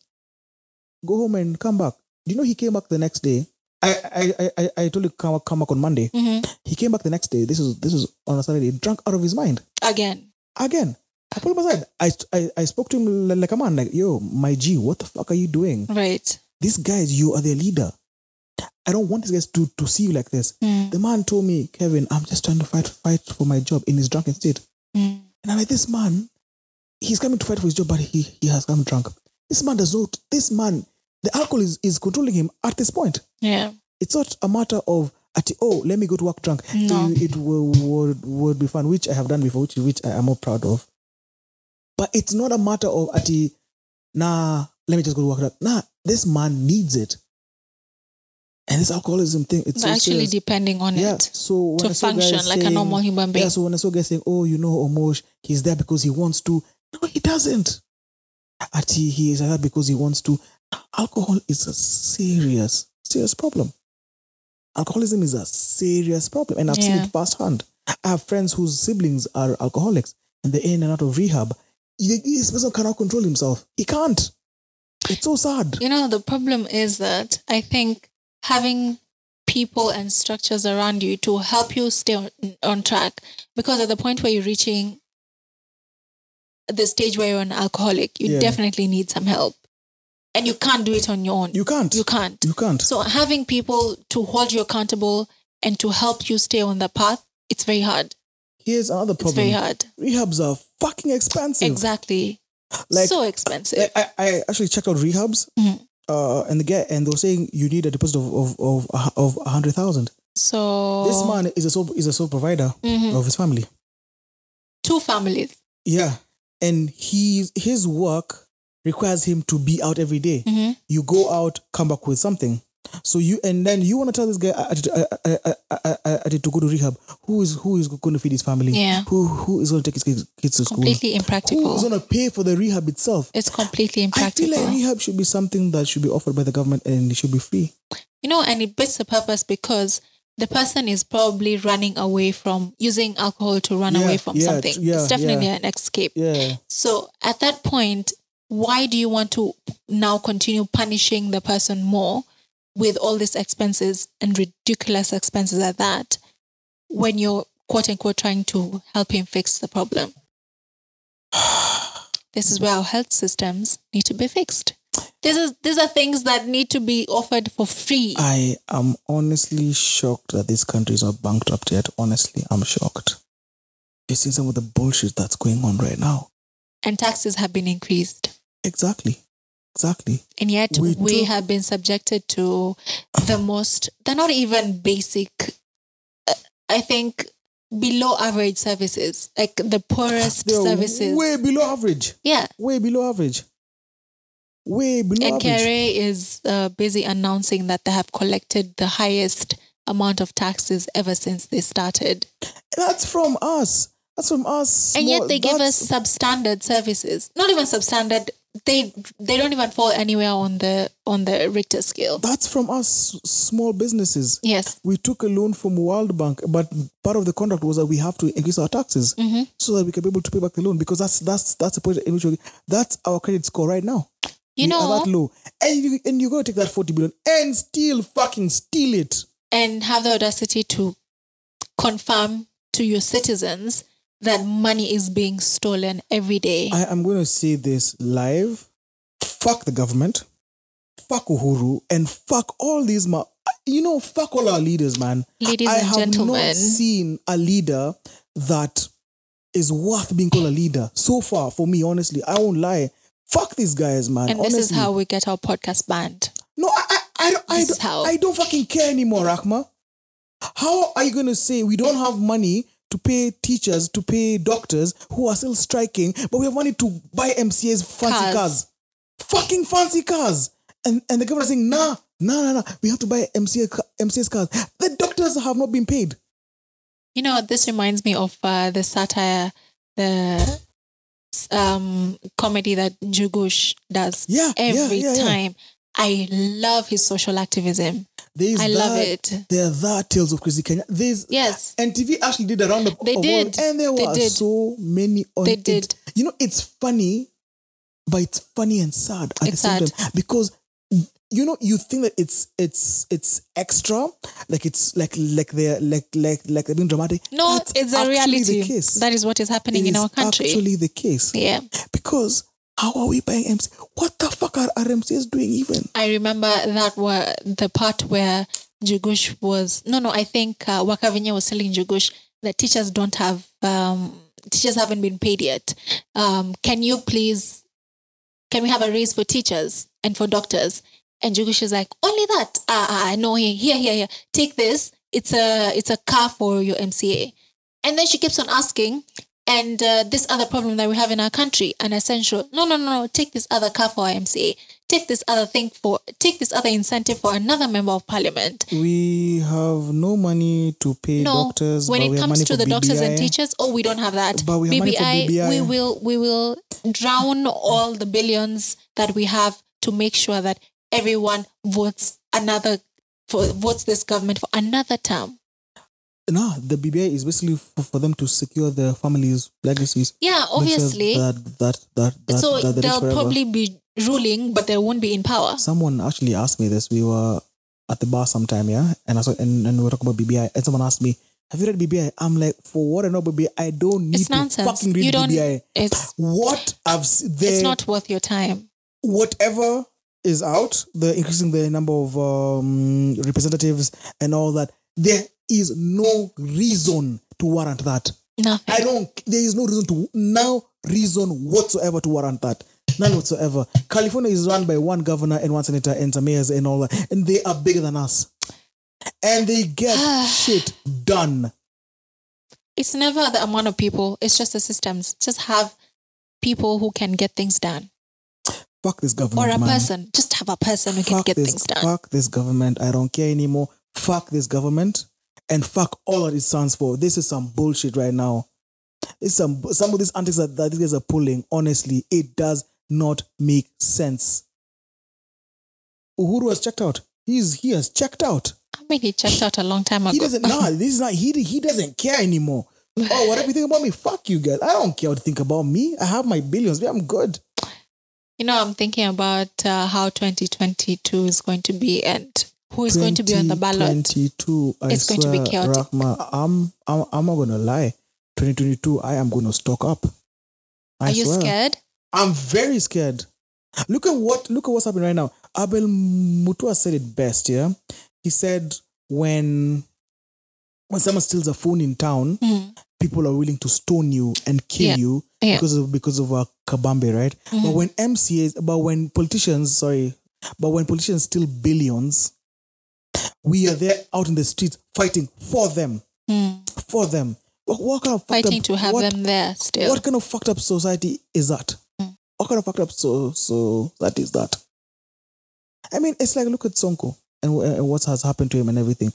S1: go home and come back. You know, he came back the next day. I I I- I, I told you come back- come back on Monday.
S2: Mhm.
S1: He came back the next day. This is this is on a Saturday. Drunk out of his mind
S2: again.
S1: again. I pulled him aside. I, I, I spoke to him li- like a man, like, yo, my G, what the fuck are you doing?
S2: Right.
S1: These guys, you are their leader. I don't want these guys to, to see you like this.
S2: Mm.
S1: The man told me, Kevin, I'm just trying to fight fight for my job in his drunken state.
S2: Mm.
S1: And I'm like, this man, he's coming to fight for his job, but he, he has come drunk. This man does not, this man, the alcohol is, is controlling him at this point.
S2: Yeah.
S1: It's not a matter of, at, oh, let me go to work drunk.
S2: No.
S1: It, it will, would, would be fun, which I have done before, which, which I am more proud of. But it's not a matter of, at, nah, let me just go to work drunk. Nah, this man needs it. And this alcoholism thing, it's
S2: But
S1: so
S2: actually
S1: serious.
S2: depending on
S1: Yeah.
S2: it
S1: So when
S2: to
S1: I saw guys
S2: function like a
S1: saying-
S2: normal human being.
S1: Yeah. So when I saw guys saying, "Oh, you know, Omosh, he's there because he wants to," no, he doesn't. Ati, he is there because he wants to. Alcohol is a serious, serious problem. Alcoholism is a serious problem, and I've seen
S2: Yeah.
S1: it firsthand. I have friends whose siblings are alcoholics, and they're in and out of rehab. He- This person cannot control himself. He can't. It's so sad.
S2: You know, the problem is that I think having people and structures around you to help you stay on, on track, because at the point where you're reaching the stage where you're an alcoholic, you
S1: Yeah.
S2: definitely need some help. And you can't do it on your own.
S1: You can't.
S2: You can't.
S1: You can't.
S2: So having people to hold you accountable and to help you stay on the path, it's very hard.
S1: Here's another
S2: It's very
S1: problem.
S2: hard.
S1: Rehabs are fucking expensive.
S2: Exactly.
S1: Like
S2: so expensive.
S1: I, I- I actually checked out rehabs,
S2: Mhm.
S1: uh, and the guy and they were saying you need a deposit of of of, a hu- of a hundred thousand.
S2: so
S1: This man is a sole is a sole provider
S2: Mhm.
S1: of his family.
S2: two families.
S1: Yeah, and he his work requires him to be out every day.
S2: Mhm.
S1: You go out, come back with something. So you and then you want to tell this guy uh, uh, uh, uh, uh, uh, uh, to go to rehab. Who is who is going to feed his family?
S2: Yeah.
S1: Who who is going to take his kids, kids to school?
S2: Completely
S1: Who
S2: impractical.
S1: is going to pay for the rehab itself?
S2: It's completely
S1: I feel
S2: impractical.
S1: like rehab should be something that should be offered by the government and it should be free.
S2: you know, and it beats the purpose because the person is probably running away from using alcohol to run
S1: Yeah,
S2: away from
S1: yeah,
S2: something.
S1: tr- yeah,
S2: it's definitely
S1: yeah.
S2: an escape.
S1: Yeah.
S2: So at that point, why do you want to now continue punishing the person more with all these expenses and ridiculous expenses at that when you're quote unquote trying to help him fix the problem? This is where our health systems need to be fixed. This is these are things that need to be offered for free.
S1: I am honestly shocked that this country is not bankrupt yet. Honestly, I'm shocked. You've seen some of the bullshit that's going on right now.
S2: and taxes have been increased.
S1: Exactly. Exactly.
S2: And yet
S1: We
S2: we,
S1: do-
S2: have been subjected to the most, they're not even basic, uh, I think, below average services, like the poorest
S1: They're
S2: services.
S1: Way below average.
S2: yeah.
S1: Way below average. Way below
S2: And
S1: average.
S2: KRA is uh, busy announcing that they have collected the highest amount of taxes ever since they started.
S1: That's from us. That's from us.
S2: and
S1: Well,
S2: yet they give
S1: that's-
S2: us substandard services not even substandard they they don't even fall anywhere on the on the richter scale
S1: That's from us, s- small businesses.
S2: yes
S1: We took a loan from World Bank, but part of the contract was that we have to increase our taxes
S2: Mhm.
S1: so that we can be able to pay back the loan because that's that's that's the point in which we, that's our credit score right now. We
S2: you
S1: are
S2: know
S1: that low, and you and you go take that forty billion and still fucking steal it.
S2: and have the audacity to confirm to your citizens that money is being stolen every day
S1: I am going to say this live. Fuck the government. Fuck Uhuru. And fuck all these. Ma- you know, fuck all our leaders, man.
S2: Ladies
S1: I
S2: and
S1: have
S2: gentlemen.
S1: not seen a leader that is worth being called a leader so far for me, honestly. I won't lie. Fuck these guys, man.
S2: and
S1: honestly.
S2: this is how we get our podcast banned
S1: No, I, I, I, don't- I,
S2: This
S1: don't-
S2: is how.
S1: I don't fucking care anymore, Rahma. How are you going to say we don't have money to pay teachers, to pay doctors who are still striking, but we have money to buy MCA's fancy cars?
S2: Cars.
S1: Fucking fancy cars. And, and the government is saying, nah, nah, nah, nah, we have to buy MCA, ca- MCA's cars. The doctors have not been paid.
S2: you know this reminds me of uh, the satire the um comedy that Jugush does
S1: Yeah, yeah,
S2: every
S1: yeah, yeah.
S2: time i love his social activism
S1: There's
S2: I love
S1: that,
S2: it.
S1: There are that Tales of Crazy Kenya. There's
S2: Yes.
S1: NTV actually did a roundup
S2: They
S1: of all-
S2: did.
S1: and there
S2: They
S1: were
S2: did.
S1: so many on
S2: They
S1: it.
S2: did.
S1: You know, it's funny, but it's funny and sad at
S2: It's
S1: the same
S2: sad.
S1: time because you know you think that it's it's it's extra, like it's like like they're like like like they're being dramatic.
S2: No,
S1: That's
S2: it's a
S1: actually
S2: reality.
S1: The case.
S2: That is what is happening
S1: It
S2: in
S1: is
S2: our country.
S1: Actually, the case
S2: yeah.
S1: because how are we buying MC? What the fuck are RMCs doing even?
S2: I remember that were the part where Jugush was no no, I think uh, Wakavinya was telling Jugush that teachers don't have um teachers haven't been paid yet. Um can you please can we have a raise for teachers and for doctors? And Jugush is like, only that. Ah, ah, ah, no, here, here, here, here. Take this. It's a, it's a car for your MCA. And then she keeps on asking, and uh, this other problem that we have in our country, an essential. No, no, no, no. Take this other car for our MCA. Take this other thing for. Take this other incentive for another member of parliament.
S1: We have no money to pay
S2: No,
S1: doctors.
S2: when
S1: but we
S2: it
S1: have
S2: comes
S1: money
S2: to
S1: for
S2: the doctors and
S1: BBI.
S2: teachers, oh, we don't have that.
S1: But we have money for BBI.
S2: we will, we will drown all the billions that we have to make sure that everyone votes another for votes this government for another term.
S1: No, the BBI is basically for, for them to secure their families' legacies.
S2: Yeah,
S1: Make sure
S2: obviously.
S1: that that that that,
S2: so
S1: that there is
S2: they'll
S1: forever.
S2: probably be ruling, but they won't be in power.
S1: Someone actually asked me this. We were at the bar sometime, yeah, and I saw and, and we were talking about BBI, and someone asked me, "Have you read BBI?" I'm like, "For what I know, about BBI, I don't need
S2: It's
S1: to
S2: nonsense.
S1: fucking read
S2: You don't-
S1: BBI."
S2: It's
S1: What I've s- they,
S2: it's not worth your time.
S1: whatever is out, they're increasing the number of um, representatives and all that. There is no reason to warrant that.
S2: Nothing.
S1: I don't. There is no reason to now reason whatsoever to warrant that. None whatsoever. California is run by one governor and one senator and some mayors and all that, and they are bigger than us, and they get shit done.
S2: It's never the amount of people. It's just the systems. Just have people who can get things done,
S1: Fuck this
S2: or
S1: government,
S2: a
S1: Mm, man.
S2: person. Just have a person who can
S1: Fuck
S2: get
S1: this.
S2: things done.
S1: Fuck this government. I don't care anymore. Fuck this government, and fuck all that it stands for. This is some bullshit right now. It's some some of these antics that, that these guys are pulling. Honestly, it does not make sense. Uhuru has checked out. He's he has checked out.
S2: I mean, he checked out a long time ago.
S1: He doesn't. Nah, this is not. He he doesn't care anymore. Oh, whatever you think about me, fuck you guys. I don't care what you think about me. I have my billions. I'm good.
S2: You know, I'm thinking about uh, how 2022 is going to be and who is going to be on the ballot.
S1: 2022, I
S2: It's going to be
S1: swear,
S2: chaotic.
S1: Rahma, I'm, I'm, I'm not going to lie. 2022, I am going to stock up. I
S2: Are you
S1: swear.
S2: scared?
S1: I'm very scared. Look at what look at what's happening right now. Abel Mutua said it best, yeah. He said when when someone steals a phone in town,
S2: Mm.
S1: people are willing to stone you and kill
S2: Yeah.
S1: you
S2: Yeah. Hmm.
S1: because of because of a kabambe, right? But when MCAs, but when politicians, sorry, but when politicians steal billions, we are there out in the streets fighting for them, for them. What, what kind of fucked
S2: Hmm. fighting
S1: up,
S2: to have
S1: what,
S2: them there still.
S1: What kind of fucked up society is that?
S2: Mm.
S1: What kind of fucked up so so that is that? I mean, it's like look at Sonko and, wh- and what has happened to him and everything.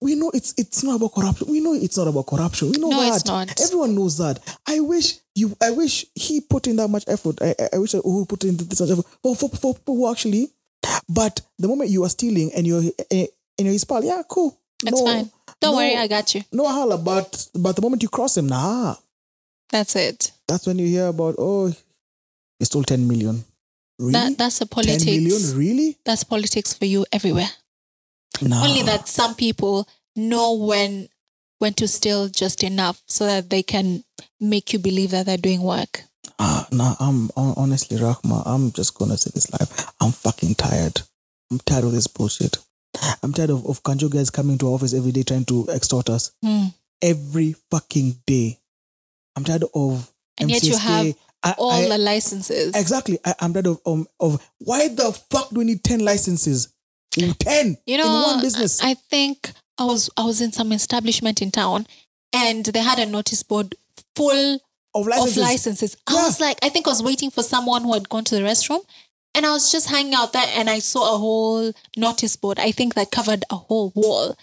S1: We know it's it's not about corruption. We know it's not about corruption. We know
S2: No,
S1: that.
S2: it's not.
S1: Everyone knows that. I wish you. I wish he put in that much effort. I, I- I wish who put in this much effort for for, for people who actually. But the moment you are stealing and you're eh, and you're his pal, yeah, cool.
S2: it's
S1: No-
S2: fine. Don't worry,
S1: no-
S2: I got you.
S1: No hell about but the moment you cross him, nah.
S2: That's it.
S1: That's when you hear about oh, he stole ten million. Really?
S2: That that's the
S1: ten million?
S2: politics.
S1: Really?
S2: That's politics for you everywhere.
S1: Nah.
S2: Only that some people know when when to steal just enough so that they can make you believe that they're doing work.
S1: Ah, nah, I'm hon- honestly, Rahma, I'm just gonna say this live. I'm fucking tired. I'm tired of this bullshit. I'm tired of, of Kanjo guys coming to our office every day trying to extort us.
S2: Hmm.
S1: Every fucking day. I'm tired of
S2: And yet you
S1: MCSK.
S2: have
S1: I-
S2: All
S1: I-
S2: the licenses.
S1: Exactly. I, I'm tired of um of why the fuck do we need ten licenses? Ten
S2: You know,
S1: in one business.
S2: I I think I was I was in some establishment in town, and they had a notice board full
S1: of licenses.
S2: of licenses. I
S1: Yeah.
S2: was like, I think I was waiting for someone who had gone to the restroom, and I was just hanging out there, and I saw a whole notice board. I think that covered a whole wall.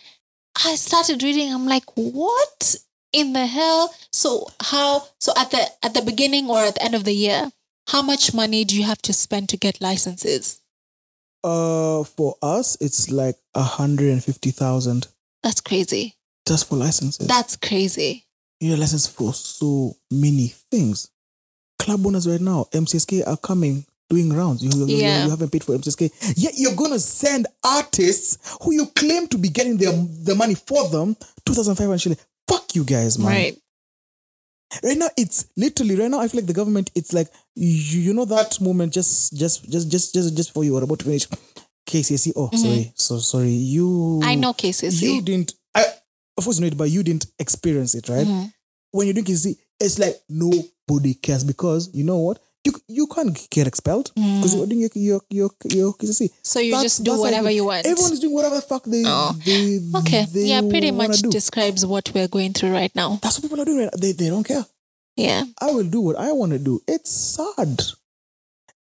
S2: I started reading. I'm like, what in the hell? So how? So at the at the beginning or at the end of the year, how much money do you have to spend to get licenses?
S1: Uh for us it's like a hundred and fifty thousand
S2: That's crazy.
S1: just for licenses.
S2: That's crazy.
S1: you need a license for so many things. Club owners right now, MCSK are coming doing rounds. You, you- you-
S2: Yeah.
S1: you haven't paid for MCSK. Yet you're gonna send artists who you claim to be getting their the money for them, two thousand five hundred shilling. Fuck you guys, man.
S2: Right.
S1: right now it's literally right now i feel like the government it's like you, you know that moment just just just just just just before you were about to finish kcse oh sorry so sorry you
S2: Mm-hmm. I know cases. eh?
S1: you didn't i of course you know it but you didn't experience it right
S2: Mhm.
S1: when you do kcse it's like nobody cares because you know what you you can't get expelled because you're doing your your your, your kcse
S2: So Mm. you
S1: That's-
S2: just do
S1: that's how
S2: whatever
S1: it-
S2: you want.
S1: everyone's doing whatever the fuck they,
S2: Oh.
S1: they
S2: okay.
S1: they
S2: yeah, pretty
S1: wanna
S2: much
S1: do.
S2: describes what we're going through right now.
S1: that's what people are doing right now. they, they don't care
S2: Yeah.
S1: I will do what I want to do. It's sad.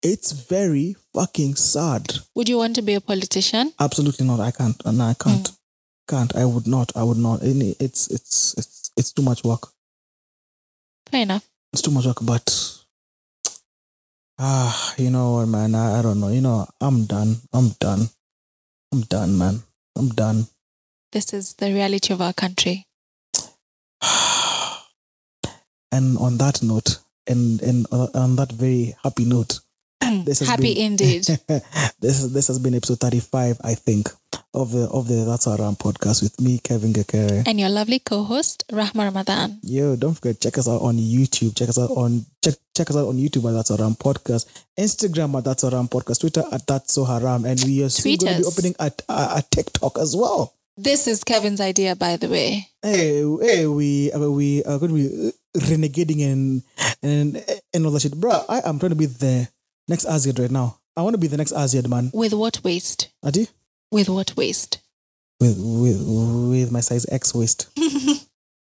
S1: It's very fucking sad.
S2: Would you want to be a politician?
S1: Absolutely not. I can't. No, I can't.
S2: Mm.
S1: Can't. I would not. I would not. Any- It's it's it's it's too much work.
S2: Fair enough.
S1: It's too much work. But ah, you know what, man? I, I don't know. You know, I'm done. I'm done. I'm done, man. I'm done.
S2: This is the reality of our country.
S1: And on that note, and and uh, on that very happy note, this has
S2: Happy
S1: been-
S2: indeed.
S1: this this has been episode 35 i think of the of the that's our Ram podcast with me kevin gekere
S2: and your lovely co-host Rahma Ramadan.
S1: yo don't forget check us out on youtube check us out on check check us out on youtube at that's our Ram podcast instagram at that's our Ram podcast twitter at that's so haram and we are soon
S2: Tweet
S1: going to be
S2: us.
S1: opening at a, a tiktok as well
S2: This is Kevin's idea, by the way.
S1: hey hey we uh, we are going to be uh, renegading and and and all that shit bruh i am trying to be the next aziad right now i want to be the next aziad man
S2: With what waste?
S1: adi
S2: With what waste?
S1: with with with my size X waist.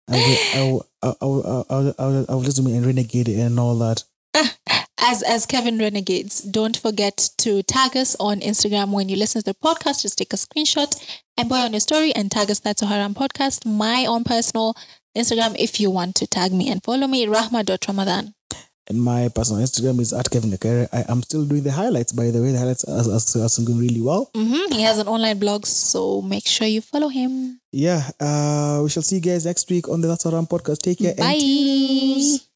S1: I will, I will, I will, I will, I will, I will just do me and renegade it and all that.
S2: As as Kevin renegades, don't forget to tag us on Instagram when you listen to the podcast. Just take a screenshot and put it on your story and tag us that's Haram podcast. My own personal Instagram, if you want to tag me and follow me, rahma.ramadan.
S1: And my personal Instagram is at Kevin Nakere. I am still doing the highlights, by the way. The highlights are, are, are going really well.
S2: Mm-hmm. He has an online blog, so make sure you follow him.
S1: Yeah, uh, we shall see you guys next week on the That's Around podcast. Take care. and
S2: Bye.